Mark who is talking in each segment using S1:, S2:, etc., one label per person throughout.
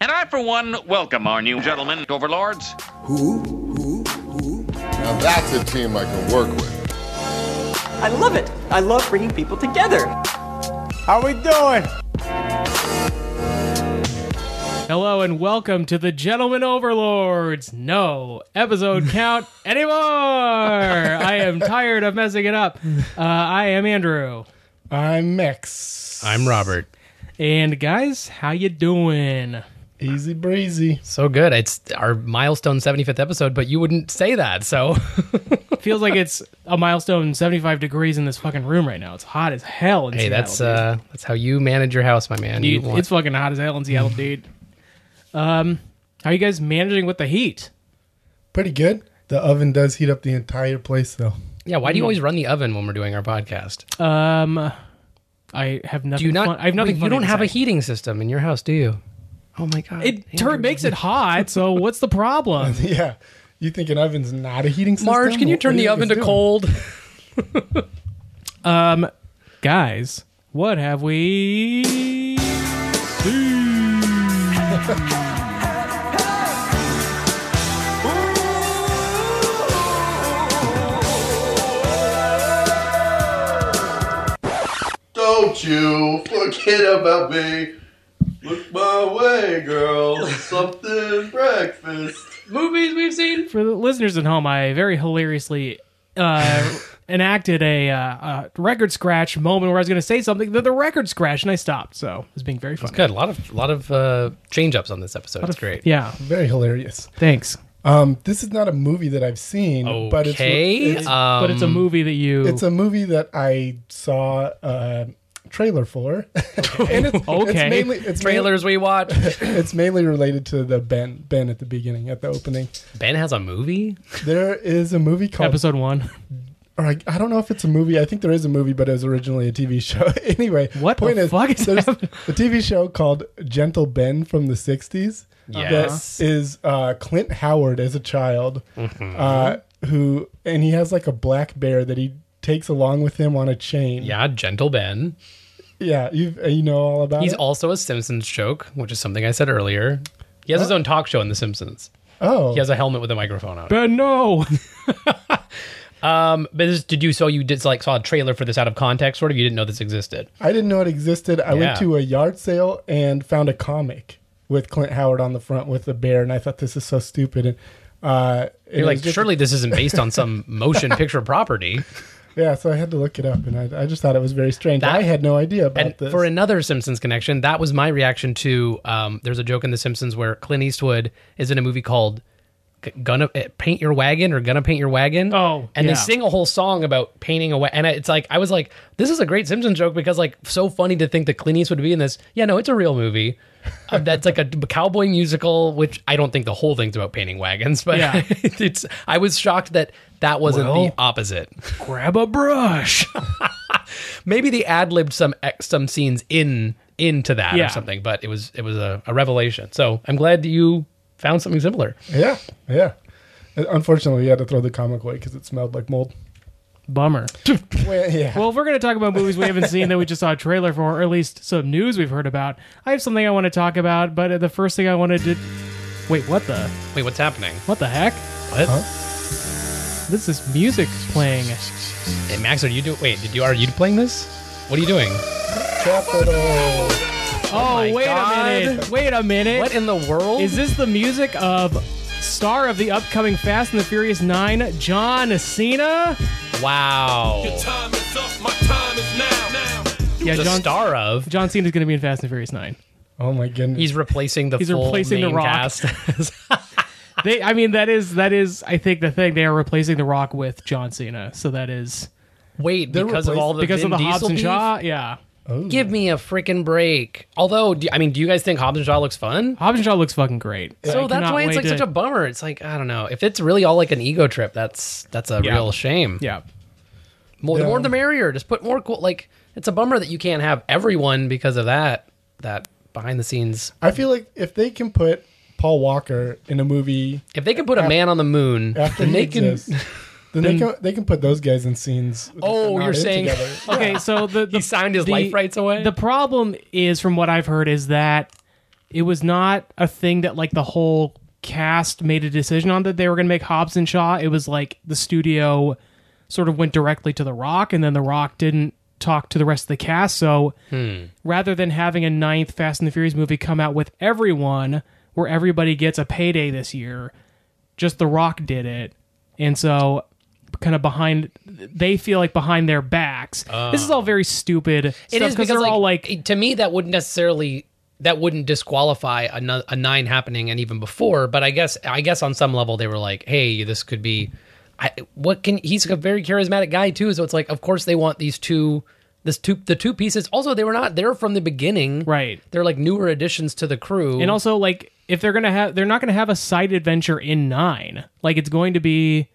S1: And I, for one, welcome our new gentlemen, overlords.
S2: Who? Who? Who?
S3: Now that's a team I can work with.
S4: I love it. I love bringing people together.
S5: How we doing?
S6: Hello and welcome to the Gentlemen Overlords. No episode count anymore. I am tired of messing it up. Uh, I am Andrew.
S5: I'm Mix.
S7: I'm Robert.
S6: And guys, how you doing?
S5: Easy breezy.
S7: So good. It's our milestone 75th episode, but you wouldn't say that. So
S6: Feels like it's a milestone 75 degrees in this fucking room right now. It's hot as hell in
S7: hey,
S6: Seattle.
S7: that's uh that's how you manage your house, my man.
S6: dude.
S7: You
S6: Dude,
S7: want-
S6: it's fucking hot as hell in Seattle, dude. Um, how you guys managing with the heat?
S5: Pretty good. The oven does heat up the entire place, though.
S7: yeah. Why do you always run the oven when we're doing our podcast?
S6: Um, I have nothing.
S7: do you not?
S6: fun- I have nothing.
S7: wait,
S6: funny
S7: you don't
S6: to
S7: have
S6: say.
S7: a heating system in your house, do you? Oh my god.
S6: It
S7: Andrew.
S6: tur- makes it hot. So what's the problem?
S5: Yeah. You think an oven's not a heating system?
S7: Marge, can you
S5: What
S7: turn
S5: are
S7: the oven to
S5: doing?
S7: cold?
S6: guys, what have we seen?
S3: Don't you forget about me. Look my way, girl. Something breakfast.
S7: Movies we've seen.
S6: For the listeners at home, I very hilariously uh, enacted a, uh, uh record scratch moment where I was going to say something, then the record scratch, and I stopped. So it was being very funny.
S7: Good. A lot of a lot of uh, change ups on this episode. It's great.
S6: Yeah,
S5: Very hilarious.
S6: thanks.
S5: Um, this is not a movie that I've seen, but it's,
S7: Okay.
S5: it's,
S7: um,
S6: but it's a movie that you.
S5: it's a movie that I saw a trailer for, and it's,
S6: Okay.
S5: it's mainly it's
S7: trailers we watch.
S5: Mainly, it's mainly related to the Ben Ben at the beginning at the opening.
S7: ben has a movie.
S5: There is a movie called
S6: Episode one.
S5: or I, I don't know if it's a movie. I think there is a movie, but it was originally a TV show. anyway,
S6: What the fuck is
S5: there's
S6: happening?
S5: a TV show called Gentle Ben from the '60s.
S7: Yes. Mm-hmm.
S5: that is uh, Clint Howard as a child, uh, who and he has like a black bear that he takes along with him on a chain.
S7: Yeah, Gentle Ben.
S5: yeah, you you know all about
S7: He's
S5: it.
S7: also a Simpsons joke, which is something I said earlier. He has his own talk show in The Simpsons.
S5: oh,
S7: He has a helmet with a microphone on. it.
S6: But no,
S7: But this, did you so you did like saw a trailer for this out of context? Sort of, you didn't know this existed.
S5: I didn't know it existed. I
S7: Yeah.
S5: went to a yard sale and found a comic with Clint Howard on the front with the bear, and I thought this is so stupid. And uh, it
S7: You're
S5: was
S7: like,
S5: just-
S7: surely this isn't based on some motion picture property.
S5: Yeah, so I had to look it up, and I, I just thought it was very strange.
S7: That-
S5: I had no idea about
S7: And
S5: this.
S7: for another Simpsons connection, that was my reaction to. Um, there's a joke in The Simpsons where Clint Eastwood is in a movie called G- "Gonna eh, Paint Your Wagon" or "Gonna Paint Your Wagon."
S6: Oh,
S7: and
S6: yeah.
S7: they sing a whole song about painting away. And it's like I was like, this is a great Simpsons joke because like so funny to think that Clint Eastwood would be in this. Yeah, no, it's a real movie. Uh, that's like a cowboy musical, which I don't think the whole thing's about painting wagons, but
S6: Yeah.
S7: it's. I was shocked that that wasn't
S6: Well.
S7: the opposite
S6: grab a brush.
S7: maybe they ad libbed some ex- some scenes in into that
S6: Yeah.
S7: or something, but it was it was a, a revelation. So I'm glad you found something similar.
S5: yeah, yeah. Unfortunately, we had to throw the comic away because it smelled like mold.
S6: Bummer.
S5: Well, yeah.
S6: Well, if we're going to talk about movies we haven't seen that we just saw a trailer for, or at least some news we've heard about, I have something I want to talk about. But uh, the first thing I wanted to wait, what the
S7: Wait, what's happening?
S6: what the heck?
S7: What?
S6: This is music playing.
S7: Hey, Max, are you do? Wait, did you are you playing this? What are you doing?
S5: Capital.
S6: Oh,
S7: my
S6: wait
S7: God.
S6: a minute! Wait a minute!
S7: What in the world?
S6: Is this the music of star of the upcoming Fast and the Furious Nine, John Cena?
S7: wow?
S6: Yeah,
S7: the
S6: John
S7: star of
S6: John Cena's going to be in Fast and the Furious Nine.
S5: Oh my goodness.
S7: he's replacing the
S6: He's
S7: full
S6: replacing The
S7: main
S6: Rock.
S7: cast.
S6: They, I mean, that is that is I think the thing they are replacing The Rock with John Cena. So that is
S7: Wait, because of
S5: replacing-
S7: all the
S6: because
S7: Vin
S6: of the
S7: Diesel
S6: Hobbs and
S7: beef?
S6: Shaw. Yeah,
S7: Give me a freaking break. Although, do, I mean, do you guys think Hobbs and Shaw looks fun?
S6: Hobbs and Shaw looks fucking great.
S7: So
S6: I
S7: that's
S6: cannot
S7: why it's
S6: wait
S7: like
S6: to-
S7: such a bummer. It's like I don't know if it's really all like an ego trip. That's that's a
S6: Yeah.
S7: real shame.
S6: yeah.
S7: More, the more
S5: Yeah.
S7: the merrier. Just put more cool. Like it's a bummer that you can't have everyone because of that. That behind the scenes.
S5: I feel like if they can put Paul Walker in a movie
S7: If they can put a man on the moon,
S5: after
S7: then
S5: he
S7: they can.
S5: exists, then, they can they can put those guys in scenes. that
S7: Oh,
S5: they're not
S7: you're
S5: in
S7: saying-
S5: together.
S6: Okay, so the, the
S7: He signed his
S6: the-
S7: life rights away.
S6: The problem is, from what I've heard, is that it was not a thing that like the whole cast made a decision on that they were going to make Hobbs and Shaw. It was like the studio sort of went directly to The Rock, and then The Rock didn't talk to the rest of the cast. So rather than having a ninth Fast and the Furious movie come out with everyone, where everybody gets a payday this year, just The Rock did it, and so kind of behind they feel like behind their backs. this is all very stupid.
S7: Ah. It is
S6: because they're all like
S7: it- to me that wouldn't necessarily that wouldn't disqualify a, no- a nine happening and even before. But I guess I guess on some level they were like, hey, this could be. I, what can he's a very charismatic guy too, so it's like of course they want these two. This two, the two pieces. Also, they were not there from the beginning.
S6: Right.
S7: they're like newer additions to the crew.
S6: And also, like, if they're gonna have, they're not gonna have a side adventure in nine. Like, it's going to be,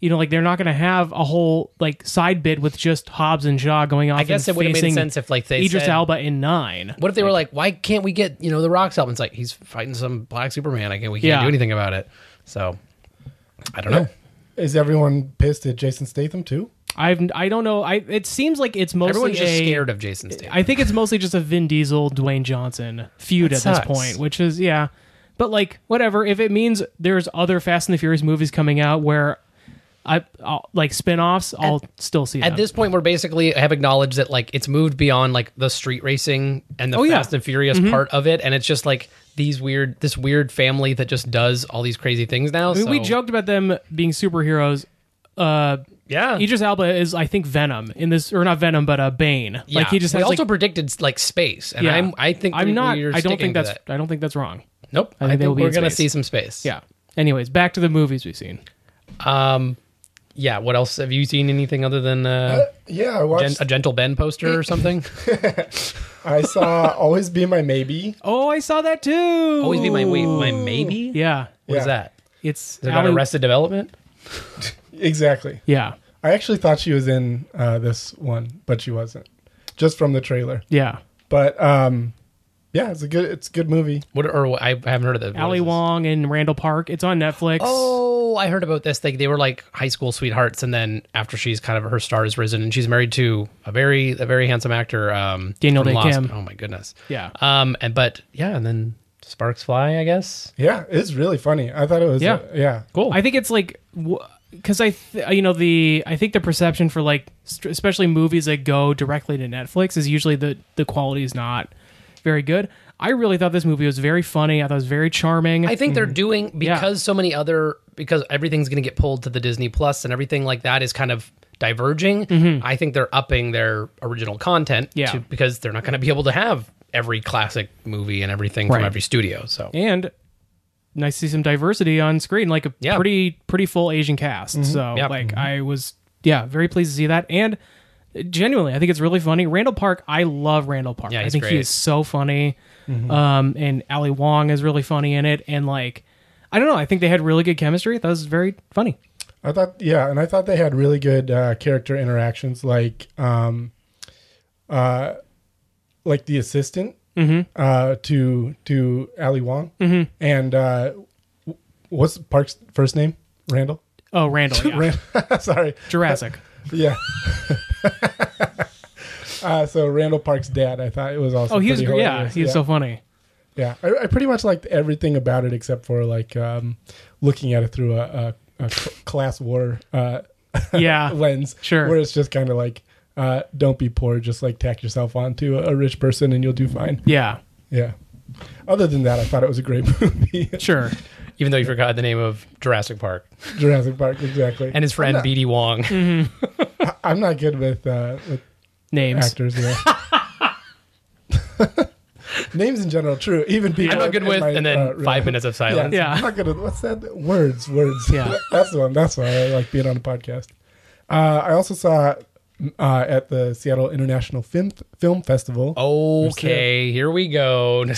S6: you know, like they're not gonna have a whole like side bit with just Hobbs and Shaw going off.
S7: I guess
S6: and
S7: it would have made
S6: facing
S7: sense if, like, they
S6: Idris
S7: said-
S6: Alba in nine.
S7: What if they were like, why can't we get you know the Rock's help? And it's like he's fighting some black Superman. I can't. We can't
S6: Yeah.
S7: do anything about it. So I don't know.
S5: Is everyone pissed at Jason Statham too?
S6: I've I don't know. I it seems like it's mostly
S7: Everyone's just
S6: a-
S7: scared of Jason Statham.
S6: I think it's mostly just a Vin Diesel Dwayne Johnson feud
S7: That
S6: at
S7: sucks.
S6: this point, which is yeah. But like whatever, if it means there's other Fast and the Furious movies coming out where I I'll, like spin-offs, I'll still see
S7: At
S6: them.
S7: this point, we're basically have acknowledged that like it's moved beyond like the street racing and the
S6: Oh, yeah.
S7: Fast and Furious part of it, and it's just like these weird this weird family that just does all these crazy things now.
S6: I mean, we
S7: so-
S6: joked about them being superheroes. Uh,
S7: yeah.
S6: Idris Alba is, I think, Venom in this, or not Venom, but uh, Bane.
S7: yeah.
S6: Like he just
S7: we
S6: has
S7: also
S6: like,
S7: predicted like space, and
S6: yeah.
S7: I'm I think
S6: I'm
S7: we-
S6: not.
S7: we're
S6: I don't
S7: sticking
S6: think
S7: to
S6: that's.
S7: that.
S6: I don't think that's wrong.
S7: nope. I
S6: think
S7: think,
S6: they will be
S7: we're
S6: in
S7: gonna
S6: space.
S7: see some space.
S6: Yeah. Anyways, back to the movies we've seen.
S7: Um. Yeah. What else have you seen? Anything other than uh,
S5: Yeah, I
S7: gen-
S5: watched.
S7: a gentle Ben poster or something?
S5: I saw "Always Be My Maybe."
S6: Oh, I saw that too.
S7: Always be my wait, my maybe.
S6: Yeah.
S7: What is
S5: Yeah.
S7: that?
S6: It's
S7: Is it about
S6: Ally-
S7: Arrested Development?
S5: Exactly.
S6: Yeah.
S5: I actually thought she was in uh, this one, but she wasn't, just from the trailer.
S6: Yeah.
S5: But um, yeah, it's a good, it's a good movie.
S7: What or what- I haven't heard of that. What
S6: Ali
S7: is this?
S6: Wong and Randall Park. It's on Netflix.
S7: Oh, I heard about this. They they were like high school sweethearts, and then after she's kind of her star has risen, and she's married to a very a very handsome actor, um,
S6: Daniel
S7: from
S6: Day-Kim.
S7: Lost. Oh my goodness.
S6: Yeah.
S7: Um. And but yeah, and then sparks fly. I guess.
S5: Yeah, it's really funny. I thought it was. uh,
S6: Yeah.
S5: yeah.
S7: Cool.
S6: I think it's like because I, th- you know, the I think the perception for like st- especially movies that go directly to Netflix is usually the the quality is not very good. I really thought this movie was very funny. I thought it was very charming.
S7: I think they're doing because so many other because everything's going to get pulled to the Disney Plus and everything like that is kind of diverging. I think they're upping their original content
S6: Mm-hmm. Yeah.
S7: to, because they're not going to be able to have every classic movie and everything
S6: Right.
S7: from every studio. So
S6: and nice to see some diversity on screen, like a
S7: Yeah.
S6: pretty pretty full Asian cast. So
S7: Yep.
S6: like I was yeah very pleased to see that and. uh, Genuinely, I think it's really funny. Randall Park, I love Randall Park.
S7: Yeah,
S6: I
S7: he's
S6: think he
S7: great.
S6: is so funny. Um, and Ali Wong is really funny in it. And like, I don't know, I think they had really good chemistry. That was very funny.
S5: I thought, yeah, and I thought they had really good uh, character interactions, like, um, uh, like the assistant uh, to to Ali Wong, and uh, w- what's Park's first name? Randall.
S6: Oh, Randall, yeah.
S5: Ran- Sorry.
S6: Jurassic.
S5: Yeah. uh, so Randall Park's dad, I thought it was also.
S6: Oh, he was
S5: pretty
S6: great. Yeah,
S5: hilarious.
S6: he was so funny.
S5: Yeah, I, I pretty much liked everything about it except for like um, looking at it through a, a, a cl- class war uh,
S6: Yeah,
S5: lens.
S6: Sure.
S5: Where it's just kind of like, uh, don't be poor, just like tack yourself onto a, a rich person and you'll do fine.
S6: yeah,
S5: Yeah. Other than that, I thought it was a great movie.
S6: sure.
S7: even though you forgot the name of Jurassic Park
S5: Jurassic Park, exactly.
S7: and his friend BD Wong,
S5: I'm not good with, uh, with
S6: Names.
S5: actors. Yeah. Names in general, true. Even people.
S7: I'm not good
S5: in
S7: with,
S5: my,
S7: and then
S5: uh,
S7: five
S5: real-
S7: minutes of
S5: Yeah,
S7: silence.
S6: Yeah.
S5: I'm not good at what's that? Words, words.
S6: Yeah.
S5: that's the one. That's why I like being on a podcast. Uh, I also saw uh, at the Seattle International Film Film Festival.
S7: Oh. Okay, here we go.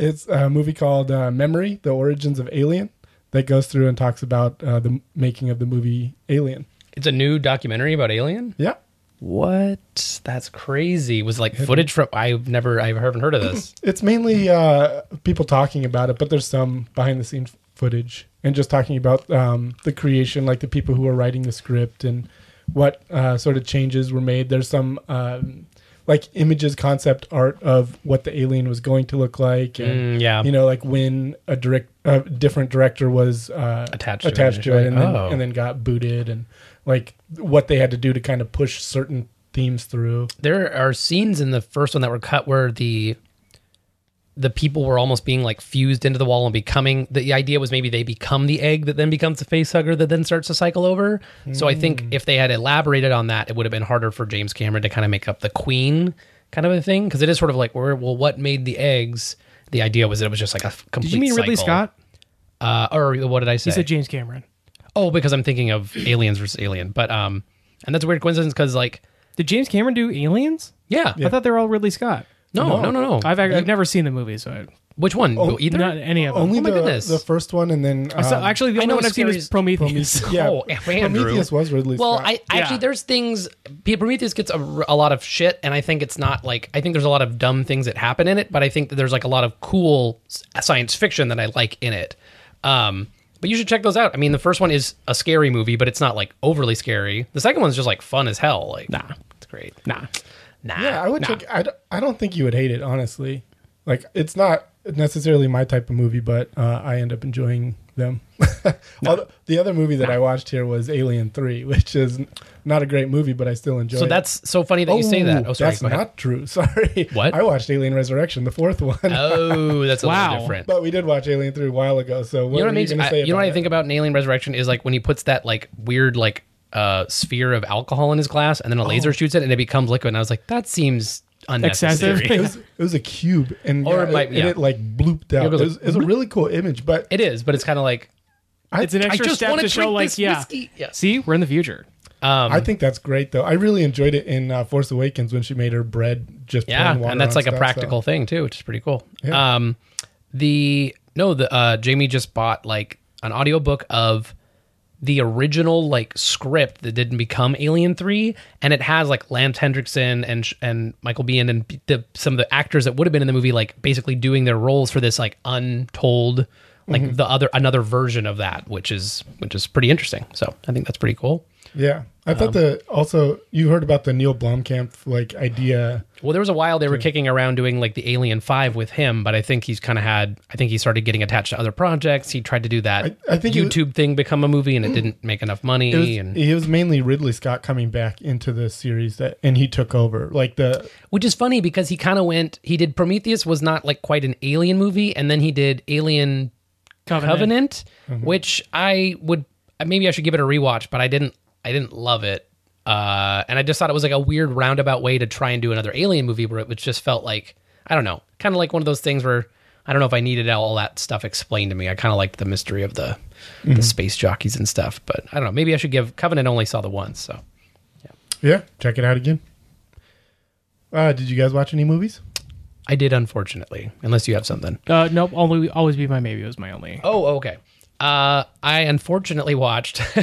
S5: It's a movie called uh, Memory: The Origins of Alien that goes through and talks about uh, the making of the movie Alien.
S7: it's a new documentary about Alien.
S5: Yeah,
S7: What? That's crazy. Was like footage from I've never I haven't heard of this.
S5: it's mainly uh,
S7: Mm-hmm.
S5: people talking about it, but there's some behind the scenes footage and just talking about um, the creation, like the people who were writing the script and what uh, sort of changes were made. There's some um, like images concept art of what the alien was going to look like and
S7: Mm, yeah.
S5: you know like when a direct a different director was uh,
S7: Attached to it
S5: attached to it,
S7: initially.
S5: and then
S7: Oh.
S5: and then got booted and like what they had to do to kind of push certain themes through
S7: there are scenes in the first one that were cut where the the people were almost being like fused into the wall and becoming the idea was maybe they become the egg that then becomes the face hugger that then starts to cycle over so i
S6: Hmm.
S7: think if they had elaborated on that it would have been harder for james cameron to kind of make up the queen kind of a thing because it is sort of like where well what made the eggs the idea was that it was just like a f- complete
S6: Did you mean Ridley
S7: cycle.
S6: Scott?
S7: uh, or what did i say
S6: He said James Cameron.
S7: oh because i'm thinking of aliens versus alien but um and that's a weird coincidence because like
S6: Did James Cameron do Aliens?
S7: yeah,
S6: I thought they were all Ridley Scott.
S7: No, no no no
S6: I've, I've never seen the movie, so I,
S7: Which one? Either?
S6: Oh, not any of them.
S5: only
S7: Oh my
S5: the,
S7: goodness.
S5: the first one and then
S6: so
S5: um,
S6: actually, the
S7: I
S6: only
S7: know
S6: one I've seen
S7: Scary's-
S6: is Prometheus.
S5: yeah
S7: Oh, Andrew.
S5: Prometheus was Ridley
S7: well,
S5: Scott.
S7: I actually
S6: Yeah.
S7: there's things P- Prometheus gets a, r- a lot of shit, and I think it's not like I think there's a lot of dumb things that happen in it, but I think that there's like a lot of cool s- science fiction that I like in it. Um, but you should check those out. I mean, the first one is a scary movie, but it's not like overly scary. The second one's just like fun as hell. Like, nah, it's great.
S6: nah.
S7: Nah,
S5: Yeah, I would
S7: nah.
S5: check. I don't, I don't think you would hate it, honestly. Like, it's not necessarily my type of movie, but uh, I end up enjoying them. Although, the other movie that I watched here was Alien Three, which is n- not a great movie, but I still enjoy.
S7: So
S5: it.
S7: that's so funny that you say that. Oh, sorry.
S5: that's
S7: go ahead.
S5: not true. Sorry.
S7: What?
S5: I watched Alien Resurrection, the fourth one,
S7: Oh, that's a
S6: Wow.
S7: little different.
S5: but we did watch Alien Three a while ago. So what
S7: you know what
S5: are
S7: I mean?
S5: you going to
S7: I-
S5: say?
S7: you know
S5: about
S7: what I
S5: it?
S7: think about in Alien Resurrection is like when he puts that like weird like uh sphere of alcohol in his glass and then a
S6: Oh.
S7: laser shoots it and it becomes liquid and I was like that seems unnecessary.
S5: It
S6: Excessive.
S5: was, it was a cube, and,
S7: Or
S5: yeah,
S7: it might-
S5: and
S7: yeah.
S5: it like blooped out.
S7: It
S5: It
S7: goes
S5: was, it was a really cool image, but
S7: it is, but it's kind of like
S5: I,
S6: It's an extra
S7: just
S6: step
S7: wanna
S6: to show,
S7: drink
S6: like,
S7: this
S6: yeah.
S7: whiskey. Yeah.
S6: See, we're in the future.
S7: Um,
S5: I think that's great though. I really enjoyed it in uh, Force Awakens when she made her bread just
S7: yeah,
S5: plain water
S7: and that's
S5: on
S7: like a
S5: stuff,
S7: practical
S5: So.
S7: thing too, which is pretty cool.
S5: Yeah.
S7: Um the no, the uh Jamie just bought like an audiobook of the original like script that didn't become Alien Three, and it has like Lance Hendrickson and sh- and Michael Biehn and b- the, some of the actors that would have been in the movie, like basically doing their roles for this like untold, like
S5: Mm-hmm.
S7: the other another version of that, which is which is pretty interesting. So I think that's pretty cool.
S5: Yeah, I
S7: um,
S5: thought the also you heard about the Neil Blomkamp like idea.
S7: Well, there was a while they were kicking around doing like the Alien Five with him, but I think he's kind of had. I think he started getting attached to other projects. He tried to do that
S5: I- I think it was- Mm.
S7: YouTube thing become a movie, and it didn't make enough money.
S5: It was,
S7: and
S5: it was mainly Ridley Scott coming back into the series that, and he took over. Like the
S7: which is funny because he kind of went he did prometheus was not like quite an alien movie and then he did alien
S6: Covenant.
S7: covenant, which i would maybe i should give it a rewatch but i didn't i didn't love it uh and i just thought it was like a weird roundabout way to try and do another alien movie where it was just felt like i don't know kind of like one of those things where i don't know if i needed all that stuff explained to me i kind of liked the mystery of the the space jockeys and stuff but i don't know maybe i should give covenant only saw the once so
S5: yeah, check it out again. Uh, did you guys watch any movies?
S7: i did unfortunately unless you have something
S6: Uh, nope. Only always be my maybe was my only.
S7: Oh, okay. Uh, I unfortunately watched.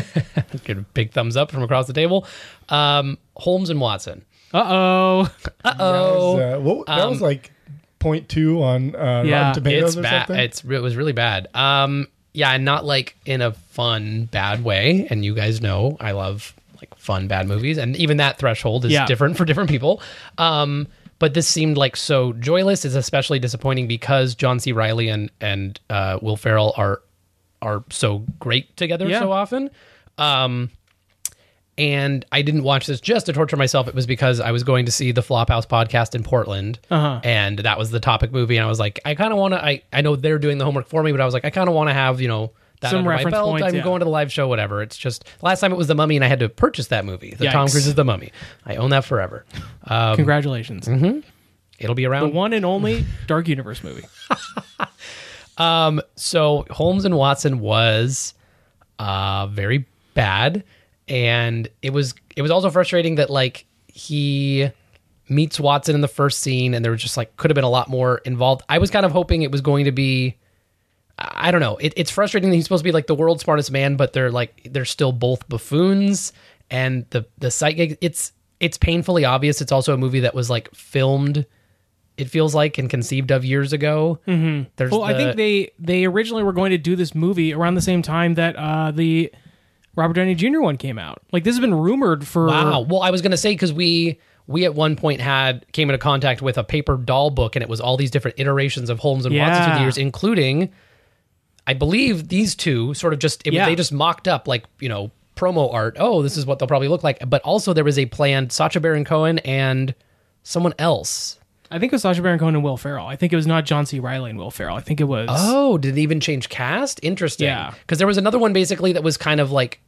S7: get a big thumbs up from across the table. Um, Holmes and Watson.
S6: Uh oh.
S7: Oh,
S5: uh, what, that was like point two on uh,
S6: Yeah,
S5: Rotten Tomatoes
S7: it's
S5: or
S7: bad.
S5: something.
S7: It's re- it was really bad. Um, yeah, and not like in a fun bad way. And you guys know I love like fun bad movies, and even that threshold is
S6: Yeah.
S7: different for different people. Um, but this seemed like so joyless. It's especially disappointing because John C. Riley and and uh, Will Ferrell are are so great together
S6: Yeah.
S7: so often. Um, and I didn't watch this just to torture myself. It was because I was going to see the Flophouse podcast in Portland,
S6: Uh-huh.
S7: and that was the topic movie. And I was like, I kind of want to. I I know they're doing the homework for me, but I was like, I kind of want to have you know that
S6: Some
S7: under my
S6: reference
S7: belt.
S6: points,
S7: I'm
S6: yeah.
S7: going to the live show, whatever. It's just last time it was the Mummy, and I had to purchase that movie. The Tom
S6: Yikes.
S7: Cruise is the Mummy. I own that forever. Um,
S6: Congratulations.
S7: mm-hmm. It'll be
S6: The
S7: around.
S6: one and only Dark Universe movie.
S7: so Holmes and Watson was uh very bad and it was it was also frustrating that like he meets Watson in the first scene and there was just like could have been a lot more involved. I was kind of hoping it was going to be I don't know. It, it's frustrating that he's supposed to be like the world's smartest man, but they're like they're still both buffoons, and the the sight gig. It's it's painfully obvious. It's also a movie that was like filmed. It feels like and conceived of years ago. Mm-hmm. There's
S6: Well, I
S7: the-
S6: think they they originally were going to do this movie around the same time that uh, the Robert Downey Jr. one came out. Like this has been rumored for
S7: Wow. Well, I was gonna say because we we at one point had came into contact with a paper doll book, and it was all these different iterations of Holmes and Watson through the
S6: Yeah.
S7: years, including, I believe, these two sort of just it,
S6: Yeah.
S7: they just mocked up like you know promo art. Oh, this is what they'll probably look like. But also there was a planned Sacha Baron Cohen and someone else.
S6: I think it was Sasha Baron Cohen and Will Ferrell. I think it was not John C. Riley and Will Ferrell. I think it was.
S7: Oh, did it even change cast? Interesting.
S6: Yeah.
S7: Because there was another one basically that was kind of like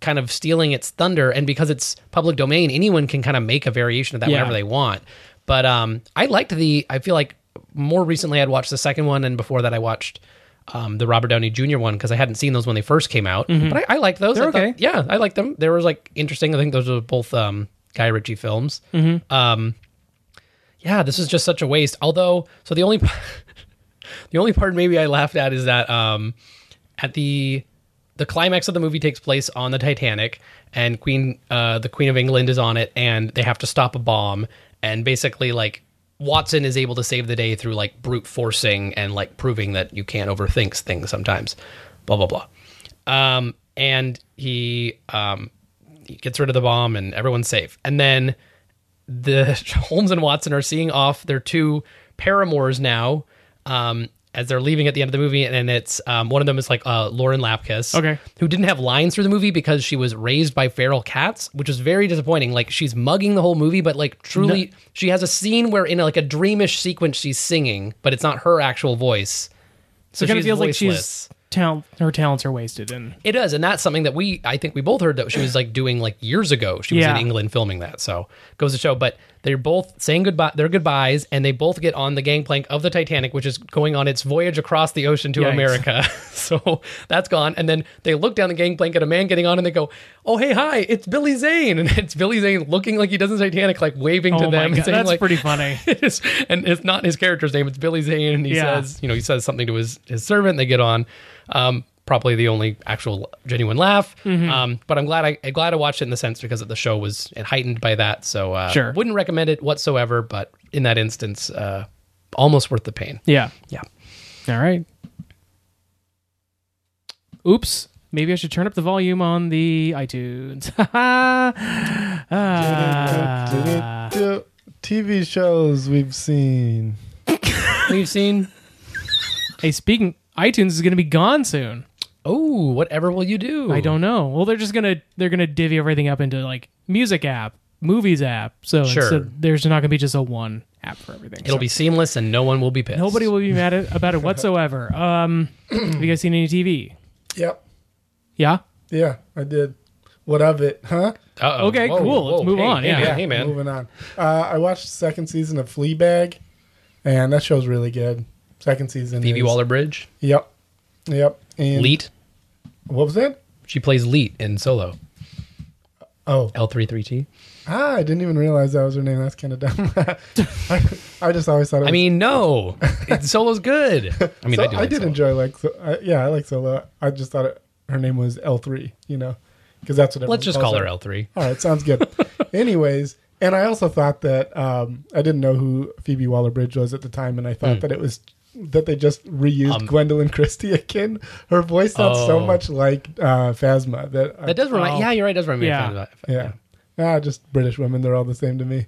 S7: kind of stealing its thunder and because it's public domain anyone can kind of make a variation of that
S6: Yeah.
S7: whenever they want but um i liked the i feel like more recently i'd watched the second one and before that i watched um the robert downey jr one because i hadn't seen those when they first came out
S6: Mm-hmm.
S7: but I, I liked those
S6: They're
S7: I thought-
S6: okay.
S7: yeah i liked them they were like interesting i think those were both um guy ritchie films
S6: Mm-hmm.
S7: um yeah this is just such a waste although so the only the only part maybe i laughed at is that um at the the climax of the movie takes place on the Titanic, and Queen, uh, the Queen of England is on it, and they have to stop a bomb, and basically like Watson is able to save the day through like brute forcing and like proving that you can't overthink things sometimes, blah blah blah, um, and he um, he gets rid of the bomb and everyone's safe, and then the Holmes and Watson are seeing off their two paramours now um, as they're leaving at the end of the movie, and it's um, one of them is like uh, Lauren Lapkus,
S6: Okay.
S7: who didn't have lines through the movie because she was raised by feral cats, which is very disappointing. Like she's mugging the whole movie, but like truly, she has a scene where in like a dreamish sequence she's singing, but it's not her actual voice. So
S6: it kind of
S7: she's
S6: feels like she's
S7: voiceless.
S6: talent. Her talents are wasted, and
S7: It does, and that's something that we I think we both heard that she was like doing like years ago. She was
S6: Yeah.
S7: in England filming that, so goes to show. But they're both saying goodbye, their goodbyes, and they both get on the gangplank of the Titanic, which is going on its voyage across the ocean to
S6: Yikes.
S7: America. so that's gone, and then they look down the gangplank at a man getting on, and they go, "Oh hey, hi, it's Billy Zane," and it's Billy Zane looking like he does in Titanic, like waving to
S6: oh
S7: them,
S6: my
S7: and
S6: god,
S7: saying,
S6: that's
S7: like,
S6: pretty funny.
S7: it is, and it's not his character's name. It's Billy Zane, and he
S6: Yeah.
S7: says, you know, he says something to his his servant. They get on. Um, probably the only actual genuine laugh.
S6: Mm-hmm.
S7: Um, but I'm glad I I'm glad I watched it in the sense because the show was heightened by that. So uh,
S6: Sure.
S7: wouldn't recommend it whatsoever. But in that instance, uh, almost worth the pain.
S6: yeah.
S7: Yeah.
S6: All right. Oops. Maybe I should turn up the volume on the iTunes. Uh, Ah.
S5: TV shows we've seen.
S7: We've seen.
S6: hey, speaking, iTunes is going to be gone soon.
S7: Oh, whatever will you do?
S6: I don't know. Well, they're just gonna they're gonna divvy everything up into like music app, movies app. So,
S7: Sure.
S6: so there's not gonna be just a one app for everything.
S7: It'll
S6: So
S7: be seamless, and no one will be pissed.
S6: nobody will be mad at, about it whatsoever. Um, have you guys seen any TV?
S5: Yep.
S6: Yeah.
S5: Yeah, I did. What of it, huh?
S7: Uh-oh.
S6: Okay, cool. Let's move
S7: Hey,
S6: on.
S7: hey,
S6: Yeah.
S7: man, Hey man.
S5: Moving on. Uh, I watched the second season of Fleabag, and that show's really good. Second season.
S7: Phoebe
S5: is-
S7: Waller Bridge.
S5: Yep. Yep. And
S7: Leet.
S5: What was that?
S7: She plays Leet in Solo.
S5: Oh,
S7: L33T.
S5: ah, I didn't even realize that was her name. That's kind of dumb. I, I just always thought. It was,
S7: I mean, no. It- Solo's good. I mean,
S5: So-
S7: I do. like
S5: did
S7: Solo.
S5: enjoy like. So, I, yeah, I like Solo. I just thought it, her name was L three. You know, because that's what.
S7: Let's
S5: everyone
S7: just call
S5: calls
S7: her L3.
S5: All right, sounds good. Anyways, and I also thought that um, I didn't know who Phoebe Waller Bridge was at the time, and I
S7: Hmm.
S5: thought that it was that they just reused Gwendolyn Christie again. Her voice sounds so
S7: Um, Oh.
S5: much like uh, Phasma that, I,
S7: That does remind.
S6: Oh.
S7: Yeah, you're right. It does remind me.
S6: Yeah.
S7: Of that.
S5: yeah. Ah, just British women, they're all the same to me.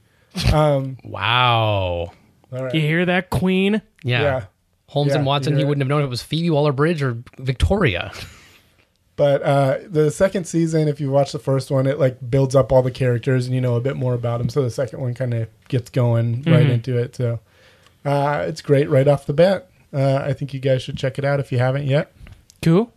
S7: Wow.
S5: All right.
S6: You hear that, Queen?
S7: Yeah.
S5: yeah.
S7: Holmes
S5: Yeah,
S7: and Watson.
S5: you're
S7: He
S5: right.
S7: wouldn't have known if it was Phoebe Waller Bridge or Victoria.
S5: But uh, the second season, if you watch the first one, it like builds up all the characters and you know a bit more about them. So the second one kind of gets going
S7: Mm-hmm.
S5: right into it. So uh, it's great right off the bat. Uh, I think you guys should check it out if you haven't yet.
S6: Cool.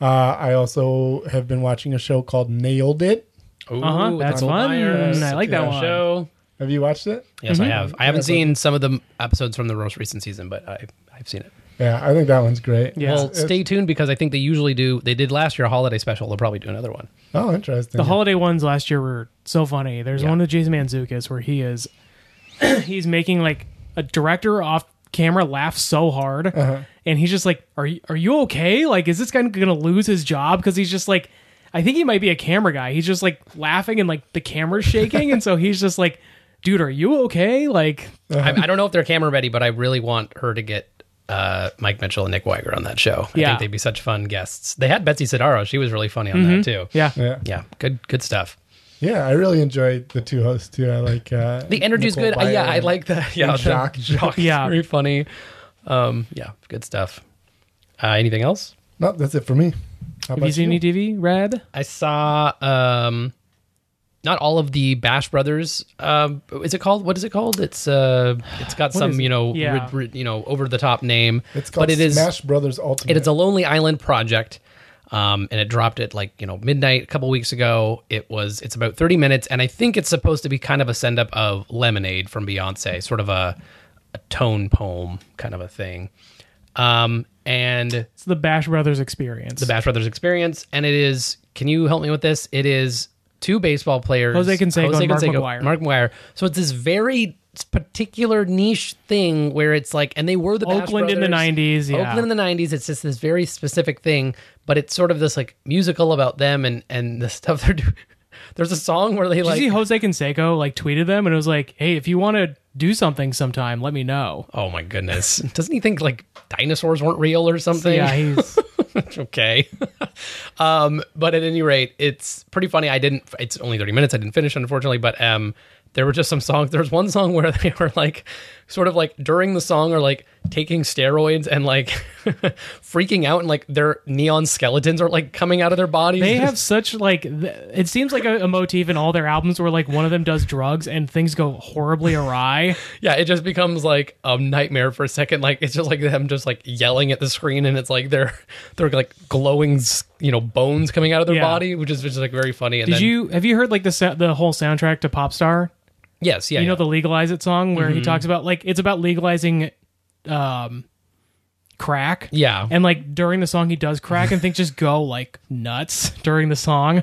S5: Uh, I also have been watching a show called Nailed It.
S7: Ooh,
S6: Uh huh. That's
S7: Little
S6: fun. Mm,
S7: Myers.
S6: I like that
S5: Yeah.
S6: one. Mm-hmm.
S7: Show.
S5: Have you watched it?
S7: Yes, I have. I haven't seen some of the episodes from the most recent season, but I, I've seen it.
S5: Yeah, I think that one's great.
S6: Yeah.
S7: Well, stay tuned because I think they usually do. They did last year a holiday special. They'll probably do another one.
S5: Oh, interesting.
S6: The holiday ones last year were so funny. There's one with Jason Manzukis where he is he's making like a director off camera laugh so hard, and he's just like, "Are you are you okay? Like, is this guy gonna lose his job? Because he's just like." I think he might be a camera guy. He's just like laughing and like the camera's shaking. and so he's just like, dude, are you okay? Like,
S7: I, I don't know if they're camera ready, but I really want her to get uh, Mike Mitchell and Nick Weiger on that show. I
S6: Yeah.
S7: think they'd be such fun guests. They had Betsy Sidaro. She was really funny on that too.
S6: Mm-hmm. yeah.
S5: yeah.
S7: Yeah. Good good stuff.
S5: Yeah, I really enjoyed the two hosts too. I like uh,
S7: The energy's
S5: Nicole
S7: good. Uh, yeah,
S5: Byer
S7: I
S5: and-
S7: like that. Yeah, the-
S5: Jacques.
S7: Jacques is
S6: Yeah.
S7: very funny. Um, yeah, good stuff. Uh, anything else?
S5: No, that's it for me. How
S6: Have you
S5: about
S6: seen any
S5: you?
S6: TV? Red?
S7: I saw um, not all of the Bash Brothers. Um, is it called? What is it called? It's uh, it's got
S6: is
S7: some
S6: it?
S7: you know
S6: Yeah.
S7: rid- rid- you know over the top name.
S5: It's called
S7: but it is
S5: Smash Brothers Ultimate.
S7: it is a Lonely Island project. Um, and it dropped at like you know midnight a couple weeks ago. It was it's about thirty minutes, and I think it's supposed to be kind of a send up of Lemonade from Beyonce, sort of a, a tone poem kind of a thing. Um, and
S6: It's the Bash Brothers experience.
S7: the Bash Brothers experience, and it is. Can you help me with this? It is two baseball players,
S6: Jose Canseco and Mark McGwire.
S7: Mark McGuire. So it's this very particular niche thing where it's like, and they were the Bash
S6: Oakland in the
S7: Brothers.
S6: 90s, yeah.
S7: Oakland in the '90s. It's just this very specific thing, but it's sort of this like musical about them and and the stuff they're doing. There's a song where they
S6: Did
S7: like.
S6: you see Jose Canseco like tweeted them and it was like, hey, if you want to do something sometime, let me know.
S7: oh my goodness! Doesn't he think like dinosaurs weren't real or something?
S6: yeah, he's
S7: okay. um, but at any rate, it's pretty funny. I didn't. It's only thirty minutes. I didn't finish, unfortunately. But um, there were just some songs. There was one song where they were like, sort of like during the song, are like taking steroids and like freaking out, and like their neon skeletons are like coming out of their bodies.
S6: they have such like th- it seems like a, a motif in all their albums where like one of them does drugs and things go horribly awry.
S7: yeah, it just becomes like a nightmare for a second. Like it's just like them just like yelling at the screen, and it's like they're they're like glowing, s- you know, bones coming out of their
S6: Yeah.
S7: body, which is just like very funny. And
S6: Did
S7: then,
S6: you have you heard like the sa- the whole soundtrack to Popstar?
S7: Yes, yeah,
S6: You know
S7: yeah. Mm-hmm.
S6: the legalize it song where he talks about like it's about legalizing um crack.
S7: Yeah.
S6: And like during the song he does crack and things just go like nuts during the song.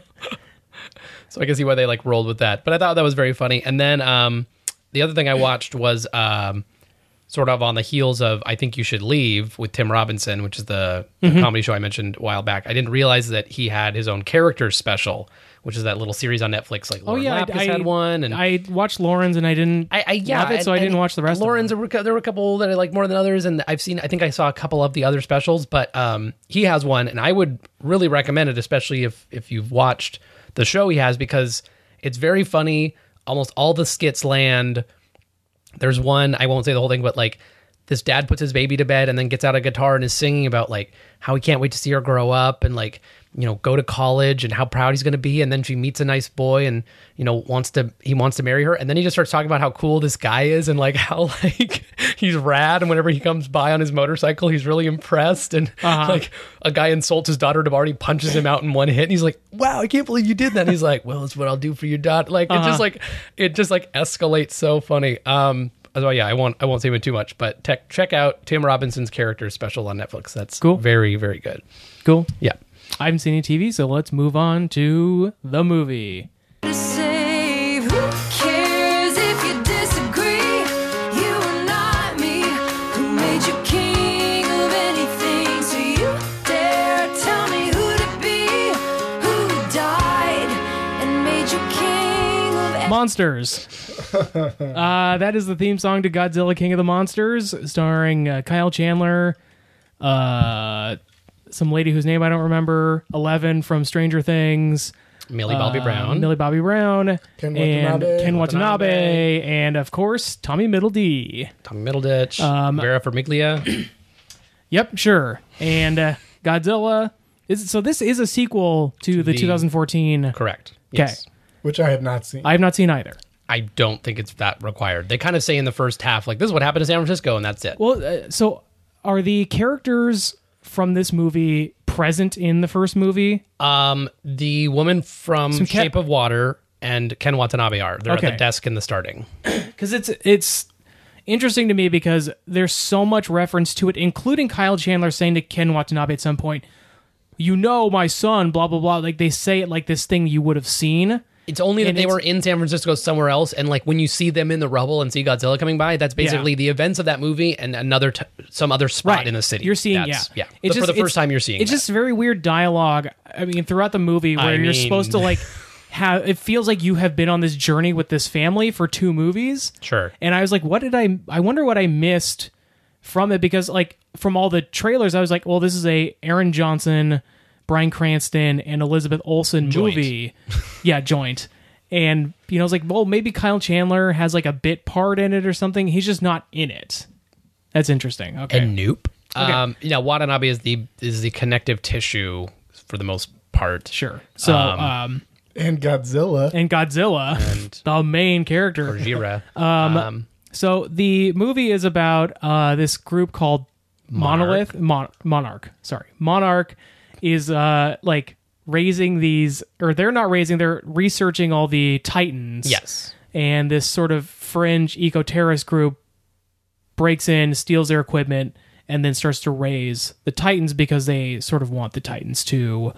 S7: So I can see why they like rolled with that. But I thought that was very funny. And then um, the other thing I watched was um, sort of on the heels of I Think You Should Leave with Tim Robinson, which is the, the
S6: Mm-hmm.
S7: comedy show I mentioned a while back. I didn't realize that he had his own character special, which is that little series on Netflix. Like,
S6: Oh,
S7: Lauren Lapkus had one. And
S6: I watched Lauren's and I didn't
S7: I, I yeah,
S6: love it, so I
S7: and-
S6: didn't watch the rest.
S7: Lauren's
S6: of
S7: there were there were a couple that I like more than others, and I've seen. I think I saw a couple of the other specials, but um, he has one, and I would really recommend it, especially if if you've watched the show he has, because it's very funny. Almost all the skits land. There's one I won't say the whole thing, but like this dad puts his baby to bed and then gets out a guitar and is singing about like how he can't wait to see her grow up and like you know go to college and how proud he's going to be and then she meets a nice boy and you know wants to he wants to marry her and then he just starts talking about how cool this guy is and like how like he's rad and whenever he comes by on his motorcycle he's really impressed and
S6: Uh-huh.
S7: like a guy insults his daughter to already punches him out in one hit and he's like wow i can't believe you did that and he's like well it's what i'll do for your daughter like it
S6: Uh-huh.
S7: just like it just like escalates so funny um so yeah, I won't I won't say it too much, but tech, check out Tim Robinson's character special on Netflix. That's
S6: Cool.
S7: very very good.
S6: it. Cool.
S7: Yeah.
S6: I haven't seen any TV, so let's move on to the movie.
S8: save. Who cares if you disagree? You are not me. Who made you king of anything? So you dare tell me who to be? Who died and made you king of anything?
S6: Monsters. uh, that is the theme song to Godzilla King of the Monsters, starring uh, Kyle Chandler, uh, some lady whose name I don't remember, Eleven from Stranger Things, uh,
S7: Millie Bobby Brown.
S6: Millie Bobby Brown,
S5: Ken
S6: and
S5: Watanabe.
S6: Ken Watanabe,
S7: Watanabe.
S6: and of course, Tommy Middledee.
S7: Tom Middleditch,
S6: Um,
S7: Vera Farmiglia.
S6: Yep, sure. And uh, Godzilla. Is, so this is a sequel to the,
S7: The-
S6: 2014.
S7: Correct.
S6: Okay.
S7: Yes.
S5: which I have not seen.
S6: I have not seen either.
S7: I don't think it's that required. They kind of say in the first half, like this is what happened to San Francisco, and that's it.
S6: Well, uh, so are the characters from this movie present in the first movie?
S7: um, the woman from
S6: Some Ken-
S7: Shape of Water and Ken Watanabe are they're at
S6: Okay.
S7: the desk in the starting.
S6: Because it's it's interesting to me because there's so much reference to it, including Kyle Chandler saying to Ken Watanabe at some point, "You know, my son," blah blah blah. Like they say it like this thing you would have seen.
S7: It's only that
S6: And
S7: they
S6: it's-
S7: were in San Francisco somewhere else, and like when you see them in the rubble and see Godzilla coming by, that's basically
S6: Yeah.
S7: the events of that movie and another t- some other spot in the city.
S6: You're seeing,
S7: That's-
S6: yeah,
S7: yeah. The- for the first time, you're seeing.
S6: It's
S7: that.
S6: just very weird dialogue. I mean, throughout the movie, where
S7: I
S6: you're
S7: mean-
S6: supposed to like have it feels like you have been on this journey with this family for two movies.
S7: Sure.
S6: And I was like, what did I? I wonder what I missed from it because like from all the trailers, I was like, well, this is a Aaron Johnson, Brian Cranston, and Elizabeth Olsen
S7: Joint.
S6: movie. yeah, joint. And you know, I was like, well, maybe Kyle Chandler has like a bit part in it or something. He's just not in it. That's interesting. Okay.
S7: and nope. Um, yeah, Watanabe is the is the connective tissue for the most part.
S6: sure. So, um,
S7: Um,
S5: And Godzilla.
S6: and Godzilla, the main character.
S7: Or Jira. um,
S6: So the movie is about uh, this group called Monolith Mon- Monarch. Sorry, Monarch is uh, like raising these, or they're not raising. They're researching all the Titans.
S7: yes.
S6: and this sort of fringe eco terrorist group breaks in, steals their equipment, and then starts to raise the Titans because they sort of want the Titans to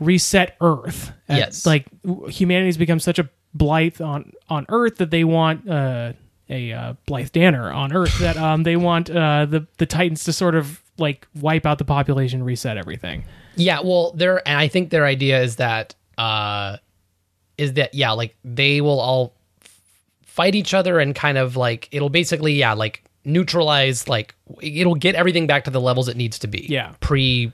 S6: reset Earth. And,
S7: Yes.
S6: like w- humanity's become such a blight on on Earth that they want uh, a uh, Blythe Danner on Earth that um they want uh, the the Titans to sort of like wipe out the population, reset everything.
S7: Yeah, well, their and I think their idea is that uh is that yeah, like they will all f- fight each other and kind of like it'll basically yeah, like neutralize like it'll get everything back to the levels it needs to be.
S6: Yeah.
S7: Pre